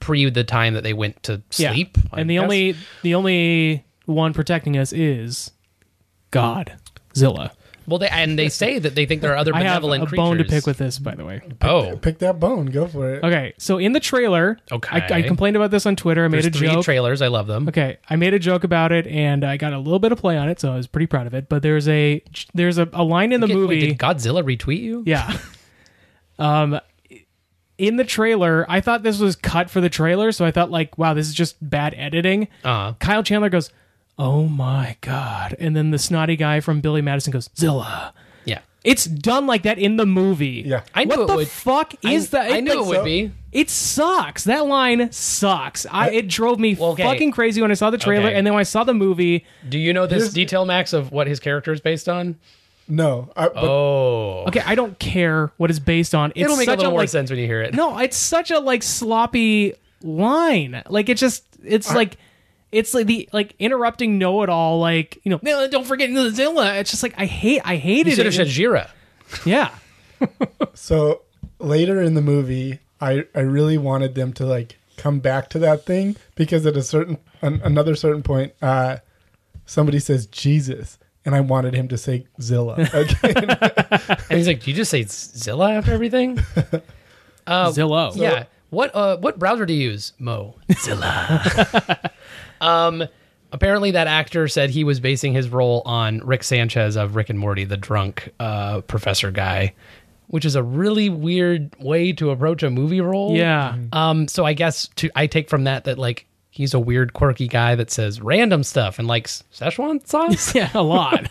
S7: pre the time that they went to sleep. I
S6: and the
S7: guess.
S6: only the only one protecting us is God Zilla.
S7: well, they, and they say that they think there are other
S6: I have a
S7: benevolent creatures.
S6: bone to pick with this, by the way.
S7: Oh,
S5: Pick that bone. Go for it.
S6: Okay, so in the trailer,
S7: Okay.
S6: I, I complained about this on Twitter. I made
S7: there's
S6: a
S7: three
S6: joke.
S7: trailers. I love them.
S6: okay, I made a joke about it, and I got a little bit of play on it, so I was pretty proud of it. But there's a there's a, a line in the
S7: Wait,
S6: movie.
S7: did Godzilla retweet you?
S6: Yeah. um, in the trailer, I thought this was cut for the trailer, so I thought like, wow, this is just bad editing.
S7: Uh-huh.
S6: Kyle Chandler goes, "Oh my god!" And then the snotty guy from Billy Madison goes, "Zilla."
S7: Yeah.
S6: It's done like that in the movie.
S5: Yeah.
S7: I knew
S6: what
S7: it
S6: the
S7: would-
S6: fuck is that?
S7: I knew it would be.
S6: It sucks. That line sucks. I, it drove me
S7: Well, okay.
S6: fucking crazy when I saw the trailer,
S7: Okay.
S6: and then when I saw the movie,
S7: Do you know this
S5: Here's-
S7: detail, Max, of what his character is based on?
S5: No. I, but
S7: Oh,
S6: okay, I don't care what it's based on. It's
S7: it'll make a
S6: such
S7: little more
S6: like,
S7: sense when you hear it.
S6: No, it's such a like sloppy line. Like it's just it's like it's like the like interrupting know it all like, you know, no, don't forget the Zilla. It's just like I hate I hated
S7: you should
S6: it.
S7: have said Jira.
S6: yeah.
S5: So later in the movie, I, I really wanted them to like come back to that thing because at a certain an, another certain point, uh, somebody says Jesus, and I wanted him to say Zilla. Again.
S7: And he's like, "Do you just say Zilla after everything?"
S6: Uh, Zillow.
S7: yeah. What uh, what browser do you use, Mo? Zilla. um, apparently that actor said he was basing his role on Rick Sanchez of Rick and Morty, the drunk uh, professor guy, which is a really weird way to approach a movie role.
S6: Yeah.
S7: Um, so I guess to I take from that that like he's a weird, quirky guy that says random stuff and likes Szechuan sauce.
S6: Yeah, a lot.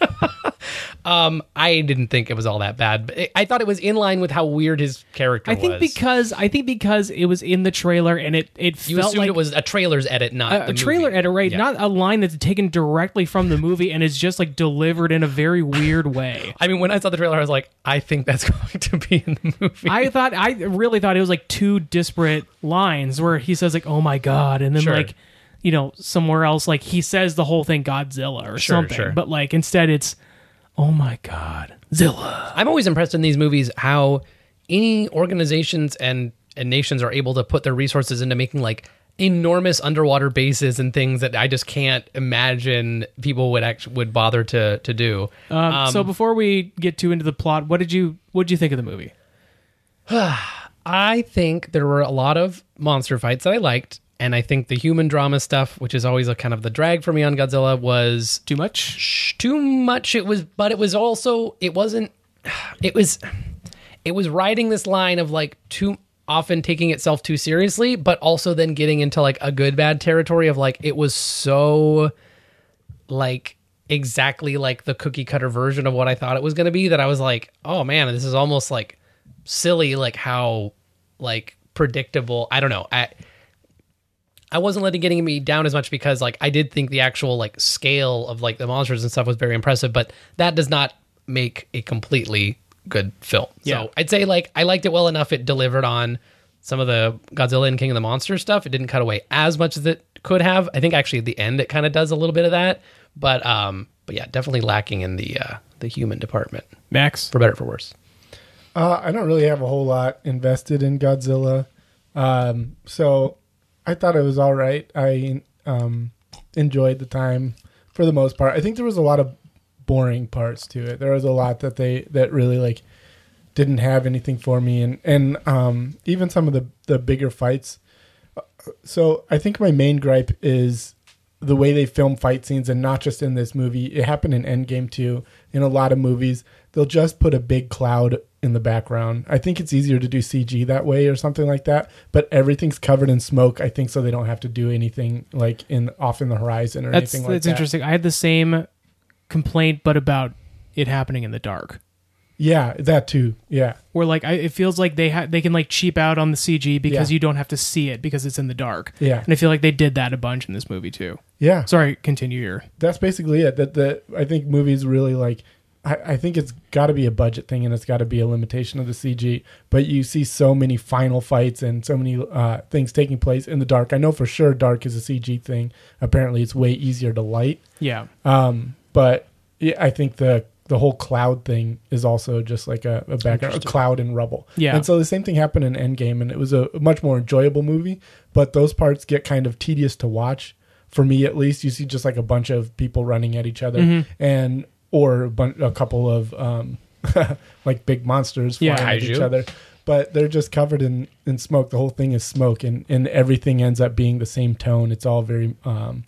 S7: I didn't think it was all that bad, but it, I thought it was in line with how weird his character
S6: I
S7: was.
S6: think because I think because it was in the trailer and it it
S7: you
S6: felt
S7: assumed
S6: like
S7: it was a trailer's edit, not
S6: a,
S7: the
S6: a trailer
S7: movie.
S6: edit, right?
S7: Yeah.
S6: Not a line that's taken directly from the movie and is just like delivered in a very weird way.
S7: I mean, when I saw the trailer, I was like, I think that's going to be in the movie.
S6: I thought I really thought it was like two disparate lines where he says like "Oh my god" and then
S7: Sure.
S6: like you know somewhere else like he says the whole thing Godzilla or
S7: Sure,
S6: something,
S7: sure.
S6: but like instead it's "Oh my god, Zilla."
S7: I'm always impressed in these movies how any organizations and, and nations are able to put their resources into making like enormous underwater bases and things that I just can't imagine people would act would bother to to do.
S6: Um, so before we get too into the plot, what did you what did you think of the movie?
S7: I think there were a lot of monster fights that I liked, and I think the human drama stuff, which is always a kind of the drag for me on Godzilla, was
S6: Too much?
S7: sh- too much. It was, but it was also it wasn't. It was, it was riding this line of like too often taking itself too seriously, but also then getting into like a good bad territory of like it was so, like exactly like the cookie cutter version of what I thought it was going to be that I was like, oh man, this is almost like silly, like how like predictable. I don't know. I I wasn't letting getting me down as much because like I did think the actual like scale of like the monsters and stuff was very impressive, but that does not make a completely good film.
S6: Yeah.
S7: So I'd say like I liked it well enough. It delivered on some of the Godzilla and King of the Monsters stuff. It didn't cut away as much as it could have. I think actually at the end it kind of does a little bit of that, but um, but yeah, definitely lacking in the uh, the human department
S6: Max?
S7: for better or for worse.
S5: Uh, I don't really have a whole lot invested in Godzilla, um, so I thought it was all right. I um, enjoyed the time for the most part. I think there was a lot of boring parts to it. There was a lot that they that really like didn't have anything for me, and and um, even some of the the bigger fights. So I think my main gripe is the way they film fight scenes, and not just in this movie. It happened in Endgame too. In a lot of movies, they'll just put a big cloud in the background. I think it's easier to do CG that way or something like that. But everything's covered in smoke. I think so they don't have to do anything like in off in the horizon or
S6: That's
S5: anything like
S6: that's
S5: that.
S6: interesting. I had the same complaint, but about it happening in the dark.
S5: Yeah, that too. Yeah,
S6: Where like I, it feels like they ha- they can like cheap out on the CG because
S5: Yeah.
S6: you don't have to see it because it's in the dark.
S5: Yeah.
S6: and I feel like they did that a bunch in this movie too.
S5: yeah. So
S6: Sorry, continue your.
S5: that's basically it. That the I think movies really like. I, I think it's got to be a budget thing and it's got to be a limitation of the CG. But you see so many final fights and so many uh, things taking place in the dark. I know for sure dark is a CG thing. Apparently, it's way easier to light.
S6: Yeah,
S5: Um, but yeah, I think the the whole cloud thing is also just like a, a background a cloud and rubble.
S6: Yeah.
S5: And so the same thing happened in Endgame, and it was a much more enjoyable movie. But those parts get kind of tedious to watch for me, at least. You see just like a bunch of people running at each other,
S6: Mm-hmm.
S5: and or a, bun- a couple of um, like big monsters flying
S6: Yeah.
S5: at each
S7: Kaiju.
S5: other. But they're just covered in, in smoke. The whole thing is smoke, and, and everything ends up being the same tone. It's all very um,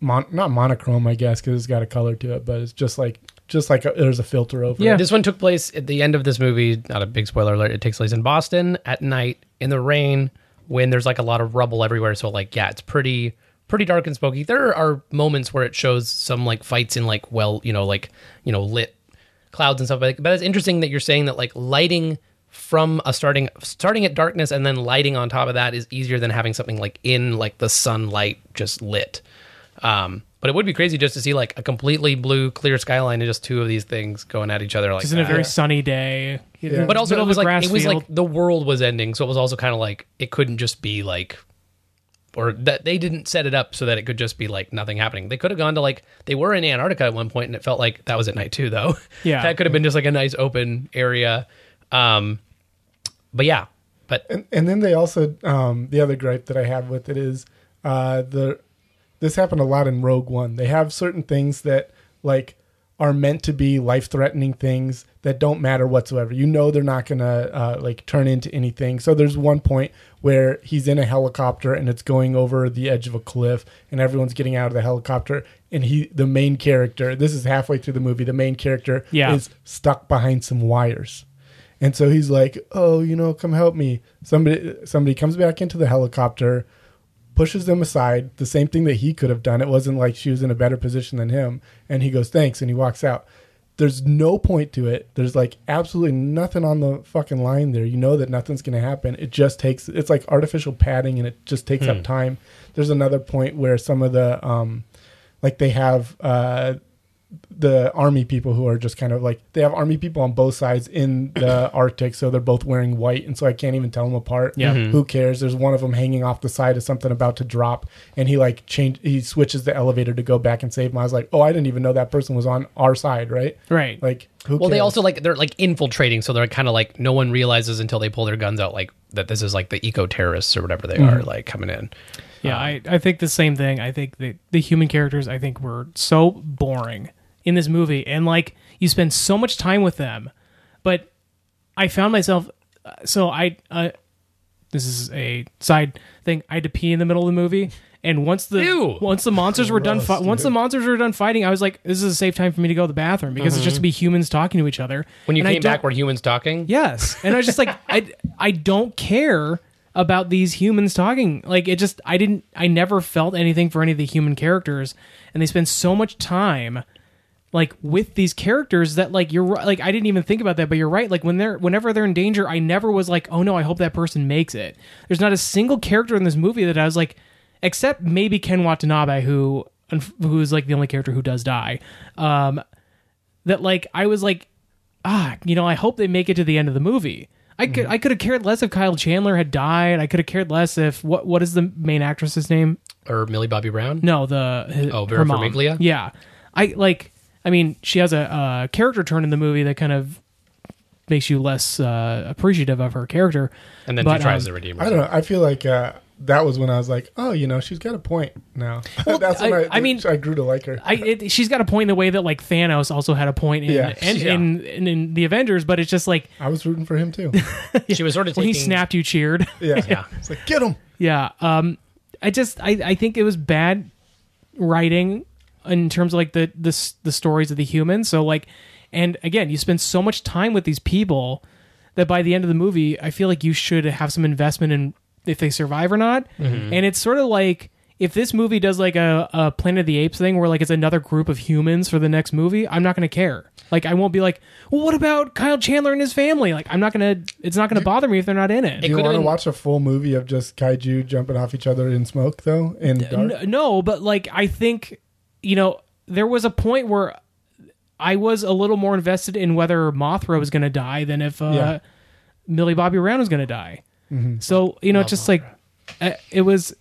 S5: mon- not monochrome, I guess, because it's got a color to it, but it's just like just like a, there's a filter over. it.
S7: This one took place at the end of this movie. Not a big spoiler alert. It takes place in Boston at night in the rain when there's like a lot of rubble everywhere. So like yeah, it's pretty pretty dark and spooky. There are moments where it shows some like fights in like well you know like you know lit clouds and stuff. But, but it's interesting that you're saying that like lighting from a starting starting at darkness and then lighting on top of that is easier than having something like in like the sunlight just lit. Um, but it would be crazy just to see like a completely blue, clear skyline and just two of these things going at each other like
S6: just in a
S7: that.
S6: very sunny day.
S5: Yeah.
S7: But also,
S6: middle
S7: it
S6: of
S7: was
S6: a
S7: like
S6: grass
S7: it was
S6: field.
S7: like the world was ending, so it was also kind of like it couldn't just be like, or that they didn't set it up so that it could just be like nothing happening. They could have gone to like they were in Antarctica at one point, and it felt like that was at night too, though.
S6: Yeah.
S7: that could have been just like a nice open area. Um, but yeah, but
S5: And and then they also um, the other gripe that I have with it is uh, the this happened a lot in Rogue One. They have certain things that like are meant to be life threatening things that don't matter whatsoever. You know they're not gonna uh, like turn into anything. So there's one point where he's in a helicopter and it's going over the edge of a cliff and everyone's getting out of the helicopter and he the main character this is halfway through the movie the main character
S6: Yeah.
S5: is stuck behind some wires. And so he's like, "Oh, you know, come help me." Somebody somebody comes back into the helicopter, pushes them aside, the same thing that he could have done. It wasn't like she was in a better position than him, and he goes, "Thanks," and he walks out. There's no point to it. There's like absolutely nothing on the fucking line there. You know that nothing's going to happen. It just takes it's like artificial padding and it just takes up time. There's another point where some of the um like they have uh the army people who are just kind of like they have army people on both sides in the Arctic, so they're both wearing white, and so I can't even tell them apart.
S6: Yeah. Mhm.
S5: who cares? There's one of them hanging off the side of something about to drop, and he like change he switches the elevator to go back and save him. I was like, oh, I didn't even know that person was on our side, right?
S6: Right.
S5: Like, who
S7: well, they
S5: cares?
S7: also like they're like infiltrating, so they're kind of like no one realizes until they pull their guns out, like that this is like the eco terrorists or whatever they
S6: Mm-hmm.
S7: are, like coming in. Um,
S6: Yeah, I, I think the same thing. I think the, the human characters I think were so boring in this movie, and like you spend so much time with them, but I found myself so I uh, this is a side thing. I had to pee in the middle of the movie, and once the
S7: Ew.
S6: once the monsters were done, fi- once the monsters were done fighting, I was like, this is a safe time for me to go to the bathroom because it's just to be humans talking to each other.
S7: Mm-hmm. When you
S6: And I
S7: came back,
S6: don't-
S7: were humans talking?
S6: Yes. And I was just like, I, I don't care about these humans talking. Like, it just, I didn't, I never felt anything for any of the human characters. And they spend so much time, like, with these characters that, like, you're right. Like, I didn't even think about that, but you're right. Like, when they're, whenever they're in danger, I never was like, oh no, I hope that person makes it. There's not a single character in this movie that I was like, except maybe Ken Watanabe, who, who's like the only character who does die. Um, that like I was like, ah, you know, I hope they make it to the end of the movie. I
S7: Mm-hmm.
S6: could I could have cared less if Kyle Chandler had died. I could have cared less if what what is the main actress's name?
S7: Or Millie Bobby Brown?
S6: No, the his,
S7: Oh, Vera
S6: her mom.
S7: Farmiga?
S6: Yeah, I like. I mean, she has a uh, character turn in the movie that kind of makes you less uh, appreciative of her character.
S7: And then
S6: But,
S7: she
S6: um,
S7: tries to redeem
S5: I
S7: herself.
S5: don't know. I feel like uh, that was when I was like, oh, you know, she's got a point now. That's when
S6: I-
S5: I,
S6: I mean-
S5: I grew to like her.
S6: I, it, she's got a point in the way that like Thanos also had a point in
S5: Yeah.
S6: and,
S7: Yeah.
S6: In, in in the Avengers, but it's just like
S5: I was rooting for him too.
S7: She was sort of
S6: when
S7: taking,
S6: he snapped, you cheered.
S5: Yeah,
S7: Yeah.
S5: It's like get him.
S6: Yeah. Um I just I, I think it was bad writing in terms of like the the s- the stories of the humans. So like and again, you spend so much time with these people that by the end of the movie, I feel like you should have some investment in if they survive or not. And it's sort of like if this movie does like a, a Planet of the Apes thing where like it's another group of humans for the next movie, I'm not going to care. Like I won't be like, well, what about Kyle Chandler and his family? Like I'm not going to. It's not going to bother me if they're not in it.
S7: It
S5: Do you
S7: could've
S5: want to
S7: been-
S5: watch a full movie of just kaiju jumping off each other in smoke though? In the dark?
S6: N- no, but like I think you know there was a point where I was a little more invested in whether Mothra was going to die than if uh,
S5: Yeah.
S6: Millie Bobby Brown was going to die. So you know, just like I, it was,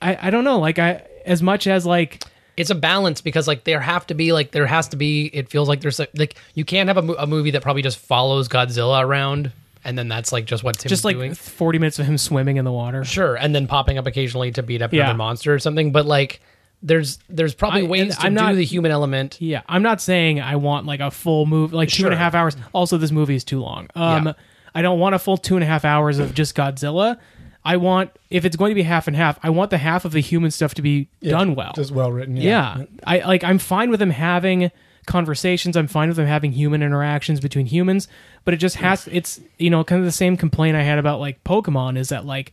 S6: I I don't know, like I as much as like
S7: it's a balance because like there have to be like there has to be it feels like there's like, like you can't have a, mo- a movie that probably just follows godzilla around and then that's like just what Tim's
S6: just like
S7: doing
S6: forty minutes of him swimming in the water.
S7: sure and then popping up occasionally to beat up
S6: Yeah.
S7: another monster or something but like there's there's probably
S6: I-
S7: ways
S6: and
S7: to
S6: I'm
S7: do
S6: not-
S7: the human element
S6: Yeah, I'm not saying I want like a full move, like two and a
S7: Sure.
S6: half hours. Also, this movie is too long. Um,
S7: Yeah.
S6: I don't want a full two and a half hours of just Godzilla. I want if it's going to be half and half, I want the half of the human stuff to be done well.
S5: Just well written.
S6: yeah. I like. I'm fine with them having conversations. I'm fine with them having human interactions between humans. But it just has. It's you know kind of the same complaint I had about like Pokemon is that like.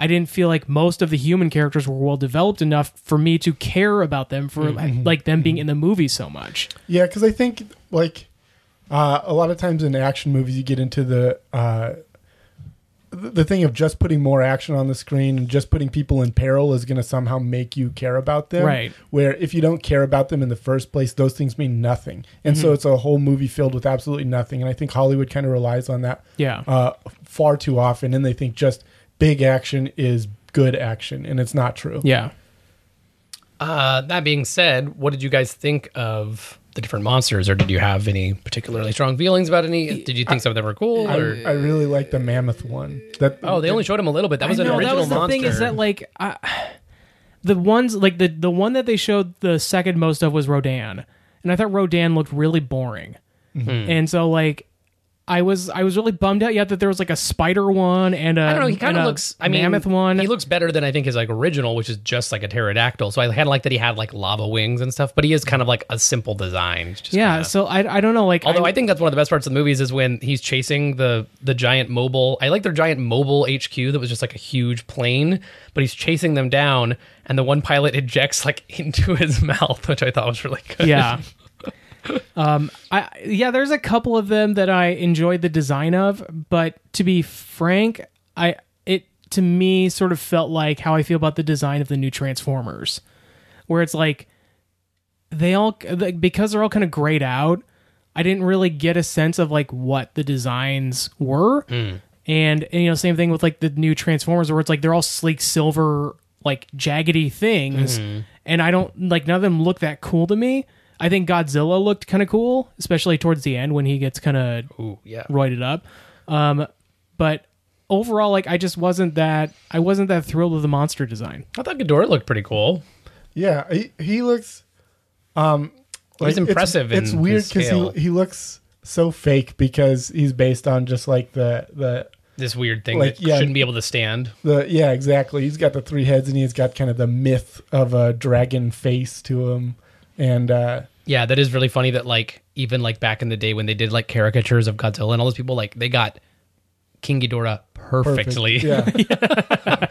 S6: I didn't feel like most of the human characters were well developed enough for me to care about them for like them being in the movie so much.
S5: Yeah, because I think like uh, a lot of times in action movies, you get into the uh, th- the thing of just putting more action on the screen and just putting people in peril is going to somehow make you care about them.
S6: Right.
S5: Where if you don't care about them in the first place, those things mean nothing, and
S6: Mm-hmm.
S5: so it's a whole movie filled with absolutely nothing. And I think Hollywood kind of relies on that.
S6: Yeah.
S5: Uh, far too often, and they think just big action is good action, and it's not true.
S6: Yeah.
S7: uh, that being said what did you guys think of the different monsters or did you have any particularly strong feelings about any did you think some of them were cool
S5: I,
S7: or
S5: I really like the mammoth one. That
S7: oh they only showed him a little bit that was
S6: I
S7: an
S6: know,
S7: original
S6: that was the
S7: monster
S6: thing is that like I, the ones like the the one that they showed the second most of was Rodan, and I thought Rodan looked really boring,
S7: Mm-hmm.
S6: and so like. I was I was really bummed out yet that there was like a spider one and a
S7: I don't know. He kind
S6: and
S7: of
S6: a
S7: looks. I mean,
S6: um, uh, mammoth one.
S7: He looks better than I think his like original, which is just like a pterodactyl. So I kind of like that he had like lava wings and stuff. But he is kind of like a simple design. It's just
S6: yeah.
S7: kinda-
S6: So I, I don't know like
S7: although I, think that's one of the best parts of the movies is when he's chasing the the giant mobile. I like their giant mobile HQ that was just like a huge plane, but he's chasing them down, and the one pilot ejects like into his mouth, which I thought was really good.
S6: yeah. um, I yeah, there's a couple of them that I enjoyed the design of, but to be frank, I it to me sort of felt like how I feel about the design of the new Transformers, where it's like they all like, because they're all kind of grayed out. I didn't really get a sense of like what the designs were, and, and you know, same thing with like the new Transformers, where it's like they're all sleek silver, like jaggedy things,
S7: Mm-hmm.
S6: and I don't like none of them look that cool to me. I think Godzilla looked kind of cool, especially towards the end when he gets kind of
S7: Ooh, yeah.
S6: roided up. Um, but overall, like I just wasn't that I wasn't that thrilled with the monster design.
S7: I thought Ghidorah looked pretty cool.
S5: Yeah, he, he looks. Um,
S7: He's impressive
S5: It's, it's
S7: in
S5: weird
S7: his scale.
S5: he he looks so fake because he's based on just like the the
S7: This weird thing
S5: Like,
S7: that
S5: yeah.
S7: shouldn't be able to stand.
S5: the yeah exactly. He's got the three heads and he's got kind of the myth of a dragon face to him, and uh,
S7: Yeah, that is really funny that like even like back in the day when they did like caricatures of Godzilla and all those people, like they got King Ghidorah
S5: perfect.
S7: perfectly.
S5: Yeah,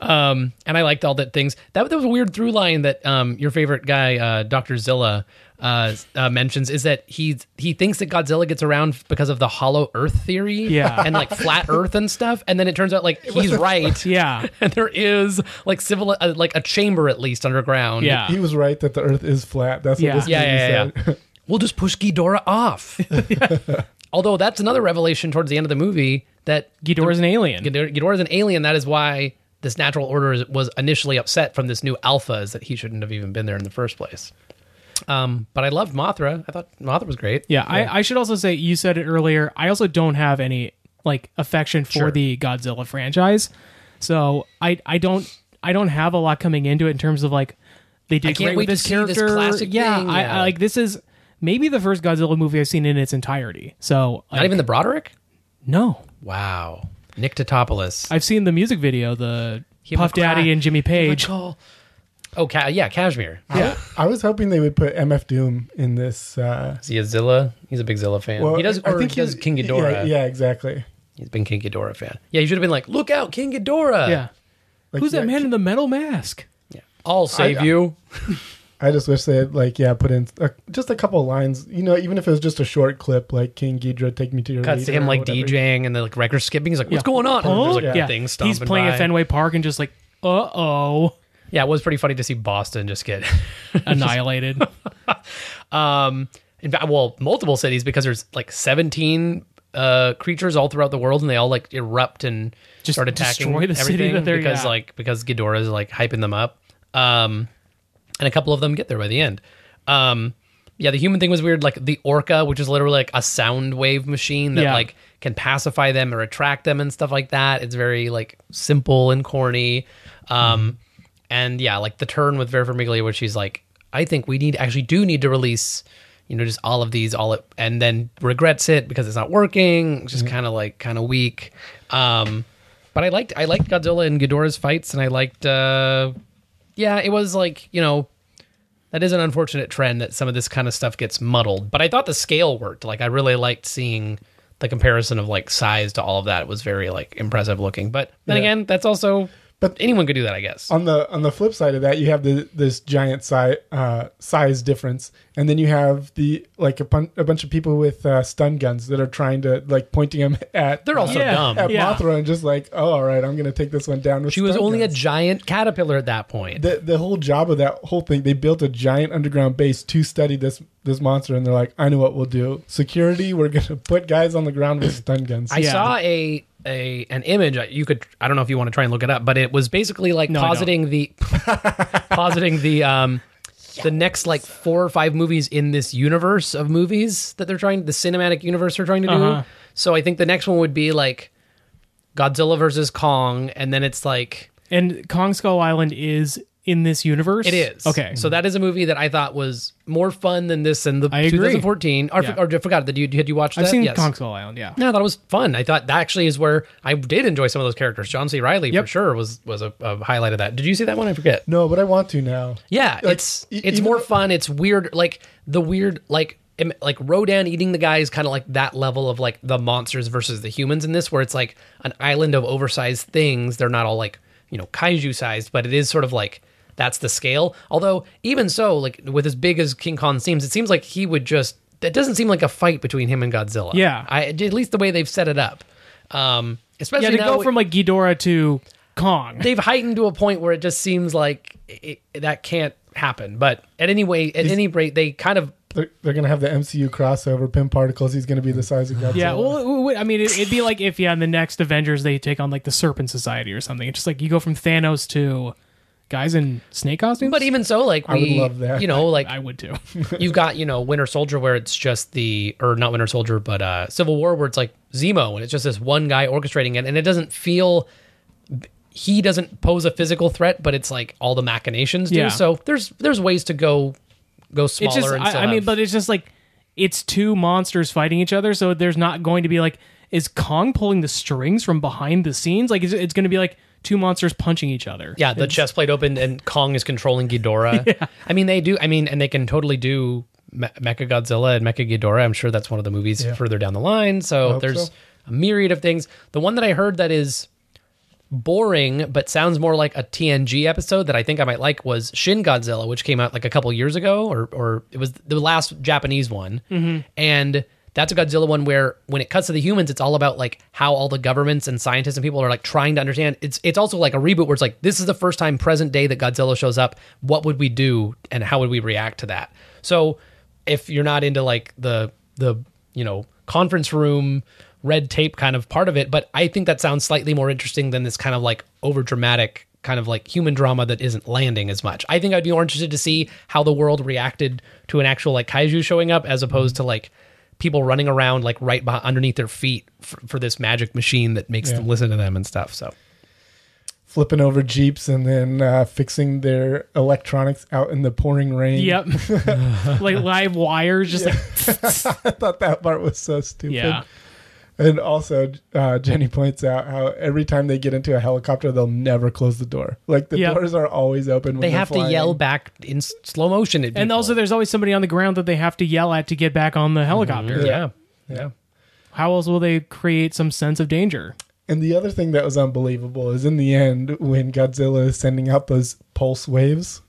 S7: Um and I liked all that things. That, that was a weird through line that um your favorite guy, uh Dr. Zilla, uh, uh mentions is that he he thinks that Godzilla gets around because of the hollow earth theory.
S6: Yeah.
S7: And like flat earth and stuff. And then it turns out like he's right.
S6: Yeah,
S7: And there is like civil uh, like a chamber at least underground.
S6: yeah,
S5: he was right that the Earth is flat. That's
S6: Yeah.
S5: what this
S7: Yeah,
S5: movie
S7: yeah,
S5: said.
S7: yeah. yeah. we'll just push Ghidorah off. Although that's another revelation towards the end of the movie that
S6: Ghidorah's an alien.
S7: Ghidorah Ghidorah is an alien. That is why this natural order is, was initially upset from this new alpha is that he shouldn't have even been there in the first place. Um, but I loved Mothra. I thought Mothra was great.
S6: Yeah, I, I should also say you said it earlier. I also don't have any like affection for
S7: Sure.
S6: the Godzilla franchise, So I I don't I don't have a lot coming into it in terms of like they did
S7: I can't
S6: great
S7: wait
S6: with this
S7: to see this
S6: character.
S7: classic
S6: yeah,
S7: thing,
S6: I,
S7: yeah.
S6: I like this is maybe the first Godzilla movie I've seen in its entirety. So
S7: Not even the Broderick.
S6: no,
S7: Wow, Nick Totopoulos.
S6: I've seen the music video, the
S7: Give him a
S6: Puff Daddy
S7: crack.
S6: and Jimmy Page.
S7: Oh, ca- yeah, Cashmere.
S5: Yeah, I was hoping they would put MF Doom in this. Uh,
S7: Is he a Zilla? He's a big Zilla fan.
S5: well,
S7: he does, or he
S5: he-
S7: does King Ghidorah.
S5: Yeah, yeah, exactly.
S7: He's been King Ghidorah fan. Yeah, you should have been like, look out, King Ghidorah.
S6: Yeah,
S5: Like,
S6: who's
S5: yeah,
S6: that man in the metal mask?
S7: I'll save
S6: uh,
S7: you.
S5: I just wish they had like yeah put in a, just a couple of lines. You know, even if it was just a short clip like King Ghidra, take me to your.
S7: Cuts to
S5: leader,"
S7: him
S5: or
S7: like
S5: whatever.
S7: DJing and then like record skipping. He's like, what's
S6: Yeah. Oh,
S7: going on? And there's like
S5: Yeah.
S6: yeah,
S7: things
S6: he's
S7: stomping
S6: playing
S7: by.
S6: at Fenway Park and just like, uh oh,
S7: Yeah, it was pretty funny to see Boston just get
S6: annihilated.
S7: um in fact well multiple cities because there's like 17 uh creatures all throughout the world and they all like erupt and
S6: Just
S7: start attacking
S6: destroy the city
S7: everything
S6: that they're-
S7: because
S6: yeah.
S7: like because Ghidorah's like hyping them up um and a couple of them get there by the end um yeah the human thing was weird like the orca which is literally like a sound wave machine that
S6: Yeah.
S7: like can pacify them or attract them and stuff like that it's very like simple and corny um and yeah, like the turn with Vera Farmiga, where she's like, I think we need actually do need to release, you know, just all of these all at, and then regrets it because it's not working. Just kind of like kind of weak. Um, but I liked I liked Godzilla and Ghidorah's fights, and I liked uh, yeah, it was like you know. That is an unfortunate trend that some of this kind of stuff gets muddled, but I thought the scale worked. Like I really liked seeing the comparison of like size to all of that. It was very like impressive looking. But then again, that's also but
S5: But-
S7: anyone could do that, I guess.
S5: on the on the flip side of that, you have the, this giant size uh, size difference, and then you have the like a, bun- a bunch of people with uh, stun guns that are trying to like pointing them at.
S7: They're all so
S6: Yeah.
S7: dumb.
S5: at
S6: Yeah.
S5: Mothra and just like, oh, all right, I'm gonna take this one down. With
S7: She was
S5: stun
S7: only a
S5: guns."
S7: giant caterpillar at that point.
S5: the the whole job of that whole thing. They built a giant underground base to study this this monster, and they're like, I know what we'll do. Security, we're gonna put guys on the ground with stun guns.
S7: I saw a a an image uh, you could I don't know if you want to try and look it up, but it was basically like
S6: I don't.
S7: positing the positing the um the next like four or five movies in this universe of movies that they're trying the cinematic universe they're trying to do.
S6: Uh-huh.
S7: So I think the next one would be like Godzilla versus Kong, and then it's like
S6: and Kong Skull Island is in this universe.
S7: It is.
S6: okay.
S7: So that is a movie that I thought was more fun than this in the
S6: I agree.
S7: 2014. Or,
S6: Yeah.
S7: or I forgot that you had you watched that?
S6: I've seen
S7: Yes.
S6: Kong Skull Island. Yeah,
S7: No, I thought it was fun. I thought that actually is where I did enjoy some of those characters. John C. Riley for
S6: Yep.
S7: sure was was a, a highlight of that. Did you see that one? I forget.
S5: no, but I want to now.
S7: Yeah,
S5: Like,
S7: it's
S5: e-
S7: it's
S5: even
S7: more
S5: though-
S7: fun. It's weird, like the weird, like im- like Rodan eating the guys, kind of like that level of like the monsters versus the humans in this, where it's like an island of oversized things. They're not all like you know kaiju sized, but it is sort of like that's the scale. Although even so, like with as big as King Kong seems, it seems like he would just. That doesn't seem like a fight between him and Godzilla.
S6: Yeah.
S7: I, at least the way they've set it up. Um, especially
S6: yeah. To
S7: now
S6: go
S7: we-
S6: from like Ghidorah to Kong.
S7: they've heightened to a point where it just seems like it, that can't happen. But at any way, at any rate, they kind of
S5: They're, they're gonna have the MCU crossover. Pim particles. He's gonna be the size of Godzilla.
S6: yeah, well, it would- I mean, it- it'd be like if yeah, in the next Avengers they take on like the Serpent Society or something. It's just like you go from Thanos to guys in snake costumes.
S7: But even so, like we,
S5: would love that.
S7: you know, like
S6: I would too.
S7: you've got you know Winter Soldier where it's just the or not Winter Soldier, but uh Civil War where it's like Zemo and it's just this one guy orchestrating it, and it doesn't feel he doesn't pose a physical threat, but it's like all the machinations do.
S6: Yeah.
S7: So there's there's ways to go go smaller.
S6: It's just,
S7: and
S6: I,
S7: still
S6: I mean,
S7: have-
S6: but it's just like it's two monsters fighting each other, so there's not going to be like is Kong pulling the strings from behind the scenes? Like it's, it's going to be like two monsters punching each other.
S7: Yeah, the chest plate open and Kong is controlling Ghidorah. I mean, they do. I mean, and they can totally do Me- Mecha Godzilla and Mecha Ghidorah. I'm sure that's one of the movies further down the line. So
S5: hope
S7: there's
S5: so.
S7: a myriad of things. The one that I heard that is boring but sounds more like a TNG episode that I think I might like was Shin Godzilla, which came out like a couple years ago, or or it was the last Japanese one,
S5: Mm-hmm.
S7: and that's a Godzilla one where when it cuts to the humans, it's all about like how all the governments and scientists and people are like trying to understand. It's it's also like a reboot where it's like this is the first time present day that Godzilla shows up. What would we do and how would we react to that? So if you're not into like the the you know conference room red tape kind of part of it but i think that sounds slightly more interesting than this kind of like over dramatic kind of like human drama that isn't landing as much i think i'd be more interested to see how the world reacted to an actual like kaiju showing up as opposed to like people running around like right behind, underneath their feet for, for this magic machine that makes them listen to them and stuff so
S5: flipping over jeeps and then uh, fixing their electronics out in the pouring rain.
S6: Yep. like live wires, just like
S5: I thought that part was so stupid.
S6: yeah.
S5: And also, uh, Jenny points out how every time they get into a helicopter, they'll never close the door. Like the
S6: Yeah.
S5: doors are always open. When
S7: They
S5: they're
S7: have to
S5: flying.
S7: yell back in s- slow motion. At
S6: And
S7: people.
S6: also, there's always somebody on the ground that they have to yell at to get back on the helicopter.
S7: yeah, yeah.
S6: How else will they create some sense of danger?
S5: And the other thing that was unbelievable is in the end when Godzilla is sending out those pulse waves,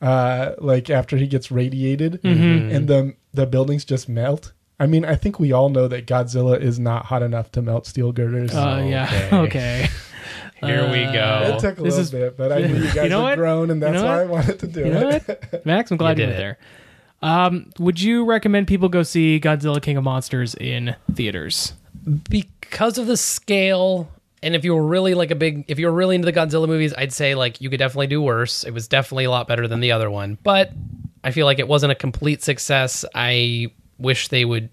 S5: uh, like after he gets radiated,
S6: Mm-hmm.
S5: and the the buildings just melt. I mean, I think we all know that Godzilla is not hot enough to melt steel girders.
S6: Uh, yeah. Okay.
S7: Here we go.
S5: it took a
S6: this
S5: little
S6: is-
S5: bit, but I knew you guys
S6: know
S5: would
S6: what?
S5: groan, and
S6: You
S5: that's
S6: know
S5: why I
S6: what?
S5: wanted to do
S6: You know
S5: it.
S6: what? Max, I'm glad you
S7: You
S6: went
S7: did
S6: there. Um, would you recommend people go see Godzilla King of Monsters in theaters?
S7: because of the scale and if you were really like a big if you were really into the godzilla movies i'd say like you could definitely do worse it was definitely a lot better than the other one but i feel like it wasn't a complete success i wish they would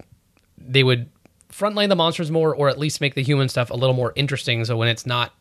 S7: they would frontline the monsters more or at least make the human stuff a little more interesting so when it's not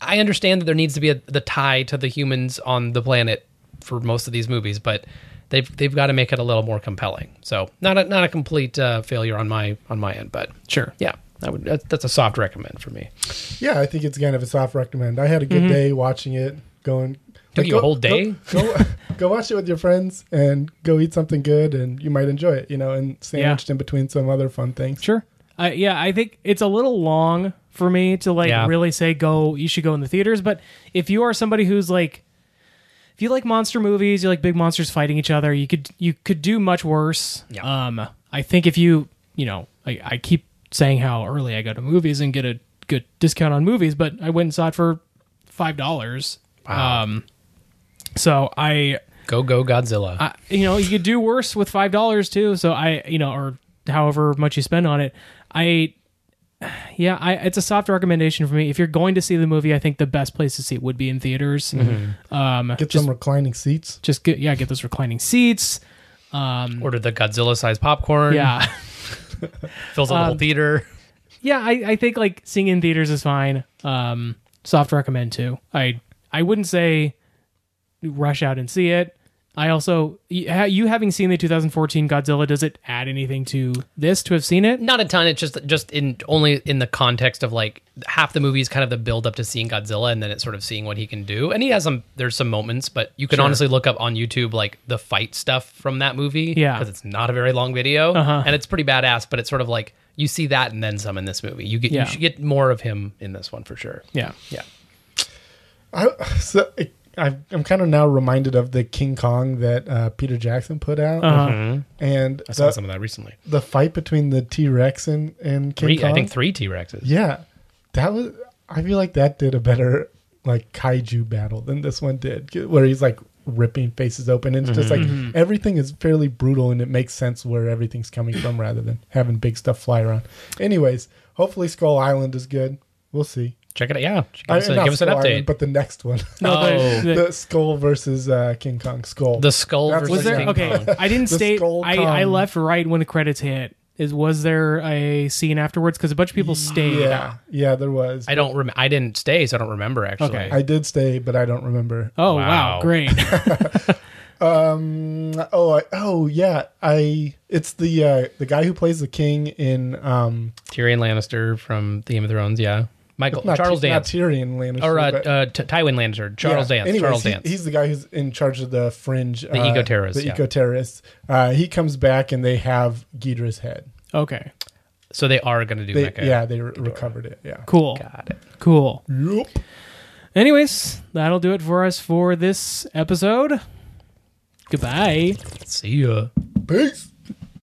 S7: i understand that there needs to be a, the tie to the humans on the planet for most of these movies but they've they've got to make it a little more compelling so not a, not a complete uh, failure on my on my end but
S6: Sure.
S7: yeah that would that, that's a soft recommend for me
S5: Yeah, I think it's kind of a soft recommend. I had a good day watching it. Going
S7: Mm-hmm. Took you a whole day?
S5: Go, go, go watch it with your friends and go eat something good, and you might enjoy it. You know, and sandwiched in between some other fun things.
S6: Sure. Uh, yeah, I think it's a little long for me to like
S7: Yeah.
S6: really say go. You should go in the theaters, but if you are somebody who's like, if you like monster movies, you like big monsters fighting each other, you could you could do much worse.
S7: Yeah.
S6: Um, I think if you you know, I, I keep saying how early I go to movies and get a good discount on movies, but I went and saw it for five dollars. Um, so I
S7: go go godzilla
S6: I- you know, you could do worse with five dollars too. So I, you know, or however much you spend on it, I, yeah, I, it's a soft recommendation for me. If you're going to see the movie, I think the best place to see it would be in theaters.
S7: Mm-hmm.
S6: Um,
S5: Get some reclining seats.
S6: just get, yeah, get those reclining seats.
S7: ordered the godzilla sized popcorn
S6: Um, Yeah, Um,
S7: fills up the whole theater
S6: yeah, I, I think like seeing in theaters is fine. Um, soft recommend too. I, I wouldn't say rush out and see it. I also you ha- you having seen the 2014 Godzilla, does it add anything to this to have seen it?
S7: not a ton it's just just in only in the context of like half the movie is kind of the build up to seeing godzilla and then it's sort of seeing what he can do and he has some there's some moments but you can honestly look up on youtube like the fight stuff from that movie
S6: Yeah. Uh-huh.
S7: because it's not a very long video and it's pretty badass but it's sort of like you see that and then some in this movie you get
S6: Yeah.
S7: you should get more of him in this one for sure
S6: Yeah.
S7: yeah
S5: I, so I, I've- I'm kind of now reminded of the King Kong that uh, Peter Jackson put out,
S7: Uh-huh.
S5: and
S7: i saw
S5: the,
S7: some of that recently
S5: the fight between the T Rex and, and King
S7: Three-
S5: Kong.
S7: i think three t-rexes
S5: Yeah, that was. I feel like that did a better like kaiju battle than this one did, where he's like ripping faces open. And it's just like
S7: Mm-hmm.
S5: everything is fairly brutal, and it makes sense where everything's coming from rather than having big stuff fly around. Anyways, hopefully Skull Island is good. We'll see.
S7: check it out yeah
S5: I-
S7: give us, a-
S5: not
S7: give us an
S5: Skull
S7: update
S5: Island, but the next one,
S6: No,
S7: Oh.
S6: the, the-
S5: the Skull versus uh, King Kong. Skull.
S7: The skull
S5: That's
S7: versus
S6: was there
S7: King
S6: okay?
S7: Kong.
S6: I didn't
S5: The
S6: state.
S5: skull
S6: I,
S5: come.
S6: I left right when the credits hit. Is was there a scene afterwards? Because a bunch of people stayed.
S5: yeah, yeah, there was.
S7: I don't. Rem- I didn't stay, so I don't remember actually.
S6: Okay.
S5: I did stay, but I don't remember.
S6: Oh wow,
S7: Wow.
S6: great.
S5: Oh, I, oh yeah. I it's the uh, the guy who plays the king in um
S7: Tyrion Lannister from Game of Thrones. Yeah, Michael
S5: not
S7: Charles
S5: Ty-
S7: Dance
S5: not Tyrion Lannister,
S7: or uh,
S5: but-
S7: uh, T- Tywin Lannister. Charles
S5: yeah.
S7: Dance.
S5: Anyways,
S7: Charles
S5: he-
S7: Dance.
S5: He's the guy who's in charge of the fringe, the
S7: eco-terrorists,
S5: the
S7: yeah.
S5: eco terrorists. Uh, he comes back and they have Ghidorah's head.
S6: okay,
S7: so they are going to do
S5: They,
S7: Mecha.
S5: yeah, they re- recovered it. Yeah.
S6: cool,
S7: Got it.
S6: cool.
S5: Yup.
S6: Anyways, that'll do it for us for this episode. Goodbye.
S7: See ya.
S5: Peace.